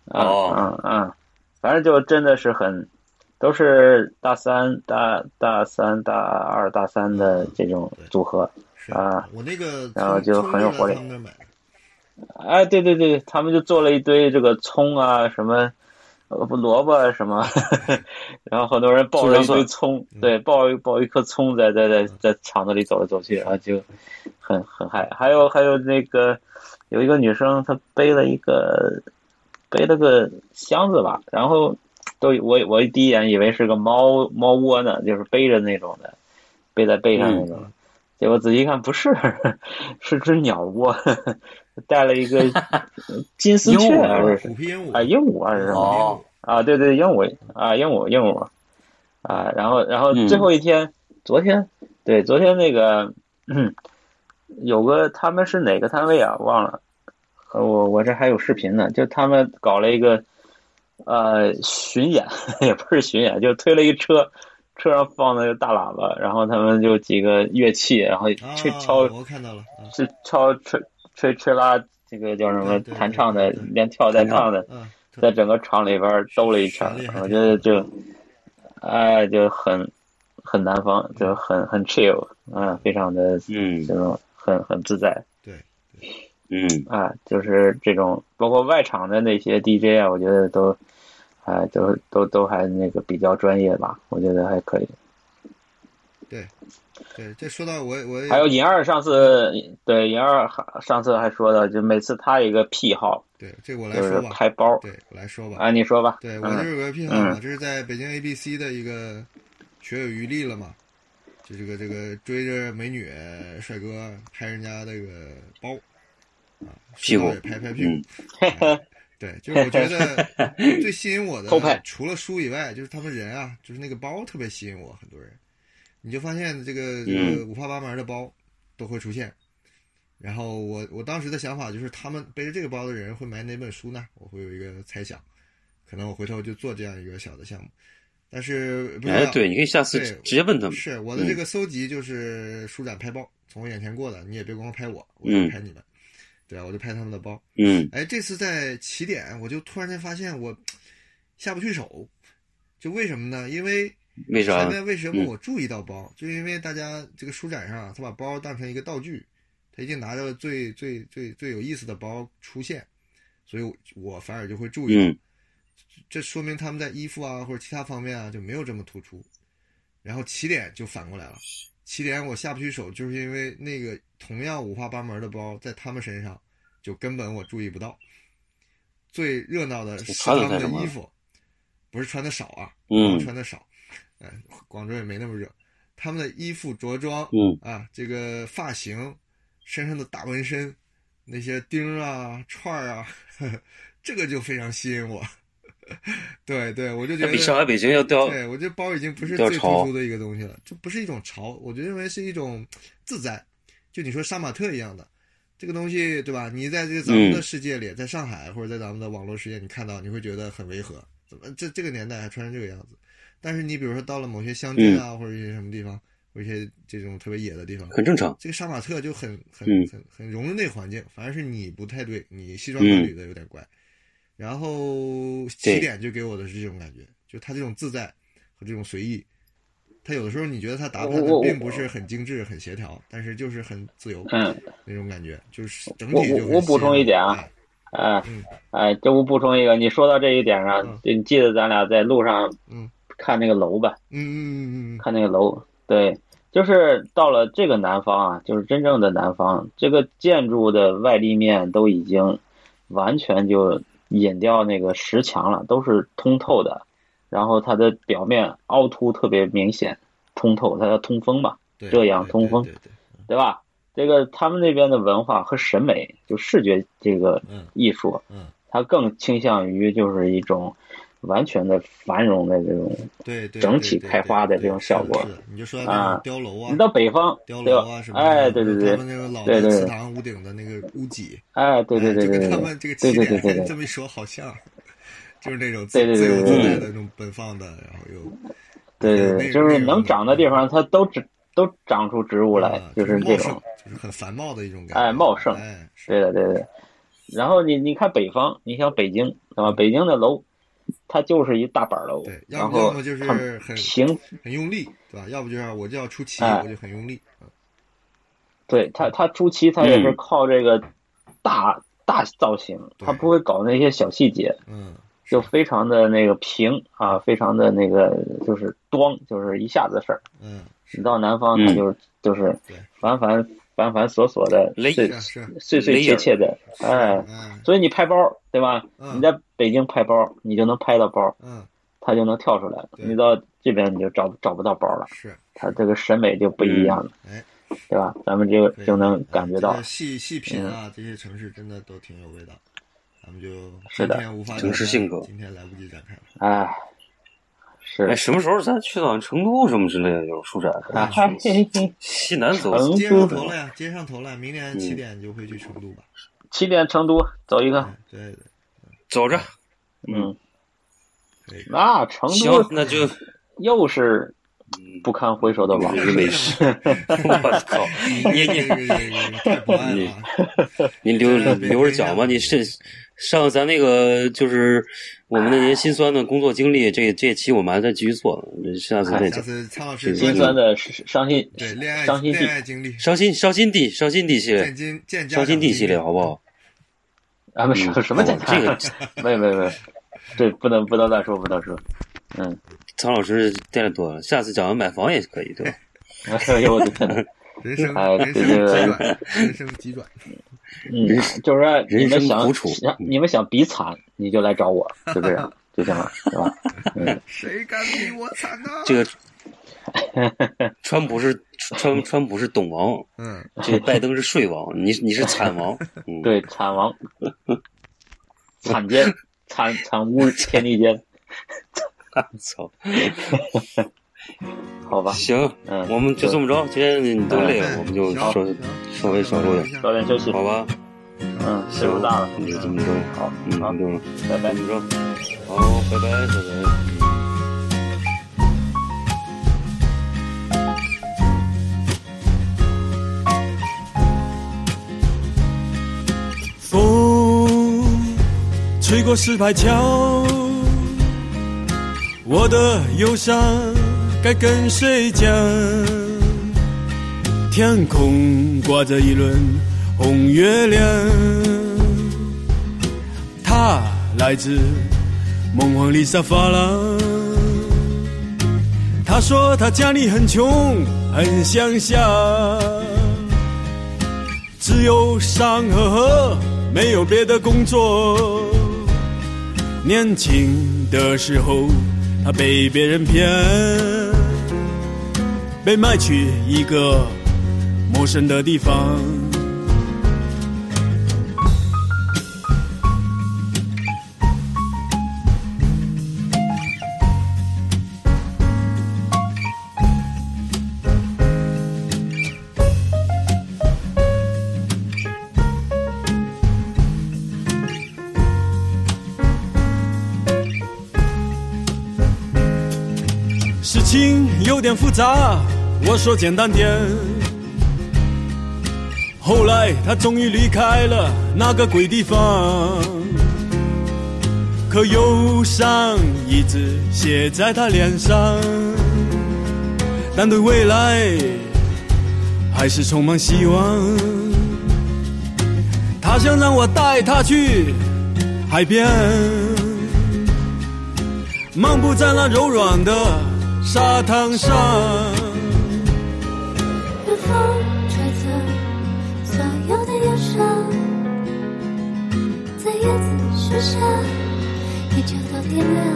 B: 啊
A: 哦
B: 啊啊！反正就真的是很，都是大三、大大三、大二、大三的这种组合。
C: 是
B: 啊，
C: 我那个
B: 然后
C: 从
B: 就
C: 从
B: 很有
C: 那
B: 活
C: 个
B: 力
C: 他们那儿买的，
B: 哎，对对对，他们就做了一堆这个葱啊，什么呃不萝卜啊什么，然后很多人抱着一堆葱，对，抱一抱一颗葱在在在在厂子里走来走去，然后就很很嗨。还有还有那个有一个女生，她背了一个背了个箱子吧，然后都我我第一眼以为是个猫猫窝呢，就是背着那种的，背在背上那种。
A: 嗯
B: 结果仔细一看，不是， 是只鸟窝， 带了 一个金丝雀
A: 鹦鹉
B: 还是
C: 虎皮鹦鹉
B: 啊，鹦鹉还是什么？
A: 哦
B: 啊，对对，鹦鹉啊，鹦鹉鹦鹉啊，然后然后
A: 嗯
B: 最后一天，昨天对昨天那个、嗯、有个他们是哪个摊位啊？忘了，呃我我这还有视频呢，就他 们搞了一个呃巡演，也不是巡演，就推了一车，车上放的大喇叭，然后他们就几个乐器，然后
C: 啊
B: 吹敲，
C: 我看到了啊，
B: 是敲吹吹吹拉，这个叫什么
C: 对对对
B: 弹唱的，
C: 对
B: 连跳带唱的，
C: 嗯，
B: 在整个场里边儿兜了一圈
C: 旋律还，
B: 我
C: 挺
B: 觉得就，哎，就很很南方，就很很 chill，嗯，非常的
A: 嗯
B: 这种很很自在
C: 对，
A: 嗯
B: 啊，就是这种包括外场的那些 DJ 啊，我觉得都，哎，都都都还那个比较专业吧，我觉得还可以。
C: 对，这说到我我也
B: 还有尹二上次对尹二上次还说的，就每次他有一个癖好
C: 对，这我来
B: 就是
C: 说吧，
B: 拍包，
C: 对我来说吧，
B: 啊，你说吧，
C: 对我这
B: 嗯
C: 有个癖好
B: 嗯
C: 嘛，这是在北京 ABC 的一个学有余力了嘛，就这个这个追着美女帅哥拍人家这个包啊，
A: 屁股
C: 顺道也拍拍屁
A: 嗯
C: 股，哎对，就是我 觉得最吸引我
B: 偷拍
C: 的，除了书以外，就是他们人啊，就是那个包特别吸引我，很多人，你就发现这个这个
B: 嗯
C: 五花八门的包都会出现。然后我我当时的想法就是，他们背着这个包的人会买哪本书呢？我会有一个猜想，可能我回头就做这样一个小的项目。但是不知道
A: 哎，对，你可嗯以下次
C: 对
A: 直接问他们。
C: 是我的这个搜集就是书展拍包，从我眼前过的，你也别光拍我，我
A: 嗯
C: 也拍你们，对啊，我就拍他们的包。
A: 嗯
C: 哎，这次在起点，我就突然间发现我下不去手，就为什么呢？因为
A: 为啥
C: 前面为什么
A: 嗯
C: 我注意到包？就因为大家这个书展上啊，他把包当成一个道具，他一定拿着最最最最有意思的包出现，所以我我反而就会注意到。
A: 嗯
C: 这说明他们在衣服啊或者其他方面啊就没有这么突出。然后起点就反过来了，起点我下不去手，就是因为那个同样五花八门的包在他们身上就根本我注意不到。最热闹的是他
A: 穿的
C: 们
A: 太
C: 的
A: 什么了
C: 衣服，不是穿的少啊，
A: 嗯
C: 穿的少，嗯、广州也没那么热。他们的衣服着装，
A: 嗯
C: 啊，这个发型，身上的大纹身，那些钉儿啊、串儿啊 呵呵，这个就非常吸引我。 对对，我就觉
A: 那嗯
C: 得
A: 比上海、北京要掉。
C: 对我这包已经不是
A: 比较
C: 最突
A: 潮
C: 出的一个东西了，这不是一种潮，我就认为是一种自在，就你说杀马特一样的这个东西，对吧？你在这个咱们的
A: 嗯
C: 世界里，在上海或者在咱们的网络世界，你看到你会觉得很违和，怎么这这个年代还穿成这个样子？但是你比如说到了某些乡
A: 嗯
C: 镇啊，或者一些什么地方，或者一些这种特别野的地方，
A: 很正常，
C: 这个杀马特就很很
A: 嗯
C: 很很融入那个环境，反而是你不太对，你西装革
B: 嗯
C: 履的有点怪。然后起点就给我的是这种感觉，就他这种自在和这种随意，他有的时候你觉得他打扮
B: 我我
C: 的并不是很精致、很协调，但是就是很自由
B: 嗯。
C: 那种感觉，就是整
B: 我
C: 体就
B: 我
C: 很
B: 我补充
C: 吸引
B: 一点啊
C: 哎
B: 哎
C: 嗯，
B: 哎，这我补充一个，你说到这一点上
C: 嗯，
B: 就你记得咱俩在路上
C: 嗯
B: 看那个楼吧，
C: 嗯嗯嗯嗯
B: 看那个楼，对，就是到了这个南方啊，就是真正的南方，这个建筑的外立面都已经完全就引掉那个石墙了，都是通透的，然后它的表面凹凸特别明显，通透，它要通风嘛，
C: 对，
B: 这样
C: 对
B: 通风
C: 对对对，
B: 对吧？这个他们那边的文化和审美，就视觉这个
C: 嗯
B: 艺术，
C: 嗯，
B: 它更倾向于就是一种完全的繁荣的这种。
C: 对对，
B: 整
C: 对
B: 体
C: 对
B: 开
C: 对
B: 花的
C: 对
B: 这种
C: 是
B: 效
C: 的
B: 果
C: 是的你就说那
B: 啊
C: 种碉楼啊，
B: 你到北方，
C: 碉
B: 对
C: 楼
B: 吧
C: 啊什？么的，
B: 哎，对对
C: 就是
B: 对
C: 他，们那个老
B: 对
C: 的
B: 对
C: 祠
B: 对
C: 堂屋顶的那个屋脊，
B: 哎，对对
C: 哎
B: 对
C: 就
B: 对对
C: 跟他们这个
B: 对
C: 起
B: 对对对
C: 点
B: 对
C: 这，么一说，好像就是那种自
B: 对对
C: 自
B: 对
C: 由
B: 对
C: 自
A: 对
C: 在
A: 对
C: 的那种奔放的，然后又
B: 对对
C: 那
B: 对，
C: 个
B: 就是
C: 那个
B: 能长的地方，它都只都长出植物来
C: 啊，
B: 就是是
C: 茂
B: 这
C: 盛
B: 种，，
C: 就是很繁茂的一种感觉，
B: 哎茂盛
C: 哎，是
B: 对的对的。然后你你看北方，你像北京，对吧？北京的楼，它就是一大板楼
C: 对，，要
B: 然
C: 不要
B: 后
C: 么就是
B: 它
C: 很
B: 平
C: 很用力，对吧？要不就是我就要出奇，
B: 哎
C: 我就很用力，嗯
B: 对它，它初期它也是
A: 嗯
B: 靠这个大、大造型，它
C: 对
B: 不会搞那些小细节，
C: 嗯，
B: 就非常的那个平啊，非常的那个就是咣，就是一下子事儿。
C: 嗯，
B: 你到南方，它
A: 嗯
B: 就是、就是
C: 对
B: 繁繁繁繁琐琐的
A: 雷
B: 碎
C: 是啊是啊，
B: 碎碎切切的，哎，
C: 哎，
B: 所以你拍包对吧？
C: 嗯
B: 你在北京拍包，你就能拍到包，
C: 嗯，
B: 它就能跳出来。
C: 对
B: 你到这边你就找找不到包了，
C: 是，
B: 它这个审美就不一
A: 嗯
B: 样了，
C: 哎，
B: 对吧？咱们就
C: 可以
B: 就能
C: 哎
B: 感觉
C: 这
B: 到嗯
C: 个，细细品啊，这些城市真的都挺有味道。咱们就今
B: 是的
C: 天无法展
A: 城市
C: 开
A: 性格
C: 今天来不及展开了。
B: 哎，是
A: 哎，，什么时候咱去趟成都什么之类的有书展？
C: 啊
A: 啊
B: 哎，
A: 西南走
B: 成
C: 接上
B: 都
C: 头了呀，接上头了，
A: 嗯
C: 明年七点就会去成都吧？
B: 起点成都走一个，
C: 哎对对，
A: 走着，
B: 嗯，
C: 可以。
B: 那成
A: 行
B: 都，
A: 那就
B: 又是
A: 嗯
B: 不堪回首 的往
A: 你
B: 日。
A: 美 食，我靠！你
C: 这
A: 你
C: 个这个太博爱了啊，
A: 你留留着讲吧，你是上咱那个就是我们那年辛酸的工作经历，这这期我们还在继续做，下次再讲。
C: 下次苍老师
A: 心
B: 心酸的伤心
C: 对恋爱
B: 伤心地
C: 恋爱经历，
A: 伤心伤心地伤心地系列
C: 见，金见家
A: 伤心
C: 长
A: 地系
C: 经历
A: 列好不好？
B: 啊，不是什么检
A: 我
B: 查？
A: 嗯这个
B: 没没没，这不能不能乱说，不能说。嗯，
A: 苍老师带的多了，下次讲完买房也可以，对吧？
B: 哎呦我的 天呐，
C: 人
A: 嗯
C: 生
B: 哎
C: 人
B: 这
C: 生急
B: 个
C: 转，人生急转，
B: 嗯，就是说你们
A: 人生
B: 想
A: 苦楚嗯
B: 想你们想比惨，你就来找我，就这样就行了，是吧？嗯，
C: 谁敢比我惨呢？
A: 这个川普是川川普是懂王，
C: 嗯，
A: 这个拜登是睡王，你你是惨 王，嗯，
B: 对，惨王，惨奸，惨惨污天地间，
A: 操，
B: 好吧，
A: 行，
B: 嗯
A: 我们就这么着，今天你都累了，我们就
C: 行
A: 稍稍微少录
C: 嗯
A: 点，
B: 早点休息，
A: 好吧？
B: 嗯，岁
A: 行
B: 数大了，，
A: 那就这么着，
B: 好，
A: 嗯，
B: 好，
A: 就
B: 拜
A: 这
B: 拜。
A: 么着，好，拜拜，拜拜。
D: 风吹过石牌桥，我的忧伤该跟谁讲？天空挂着一轮红月亮，它来自梦幻丽莎发廊。他说他家里很穷，很乡下。只有伤和喝，没有别的工作。年轻的时候，他被别人骗，被卖去一个陌生的地方。事情有点复杂，我说简单点。后来他终于离开了那个鬼地方，可忧伤一直写在他脸上，但对未来还是充满希望。他想让我带他去海边。漫步在那柔软的沙滩上，
G: 让风吹走所有的忧伤，在叶子树下，依旧都点亮。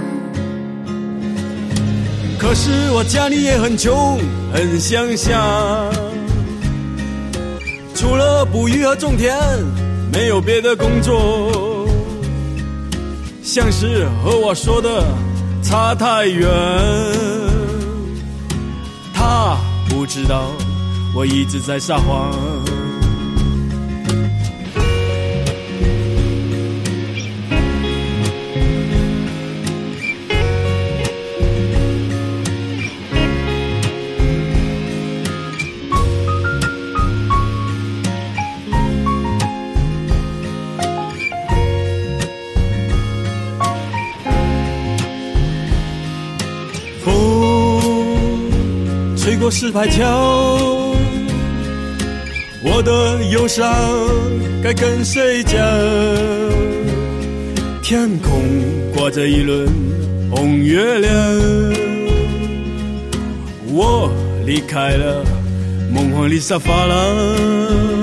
D: 可是我家里也很穷，很乡下，除了捕鱼和种田，没有别的工作。像是和我说的差太远，他不知道我一直在撒谎。风吹过石牌桥，我的忧伤该跟谁讲？天空挂着一轮红月亮，我离开了梦幻丽莎发廊。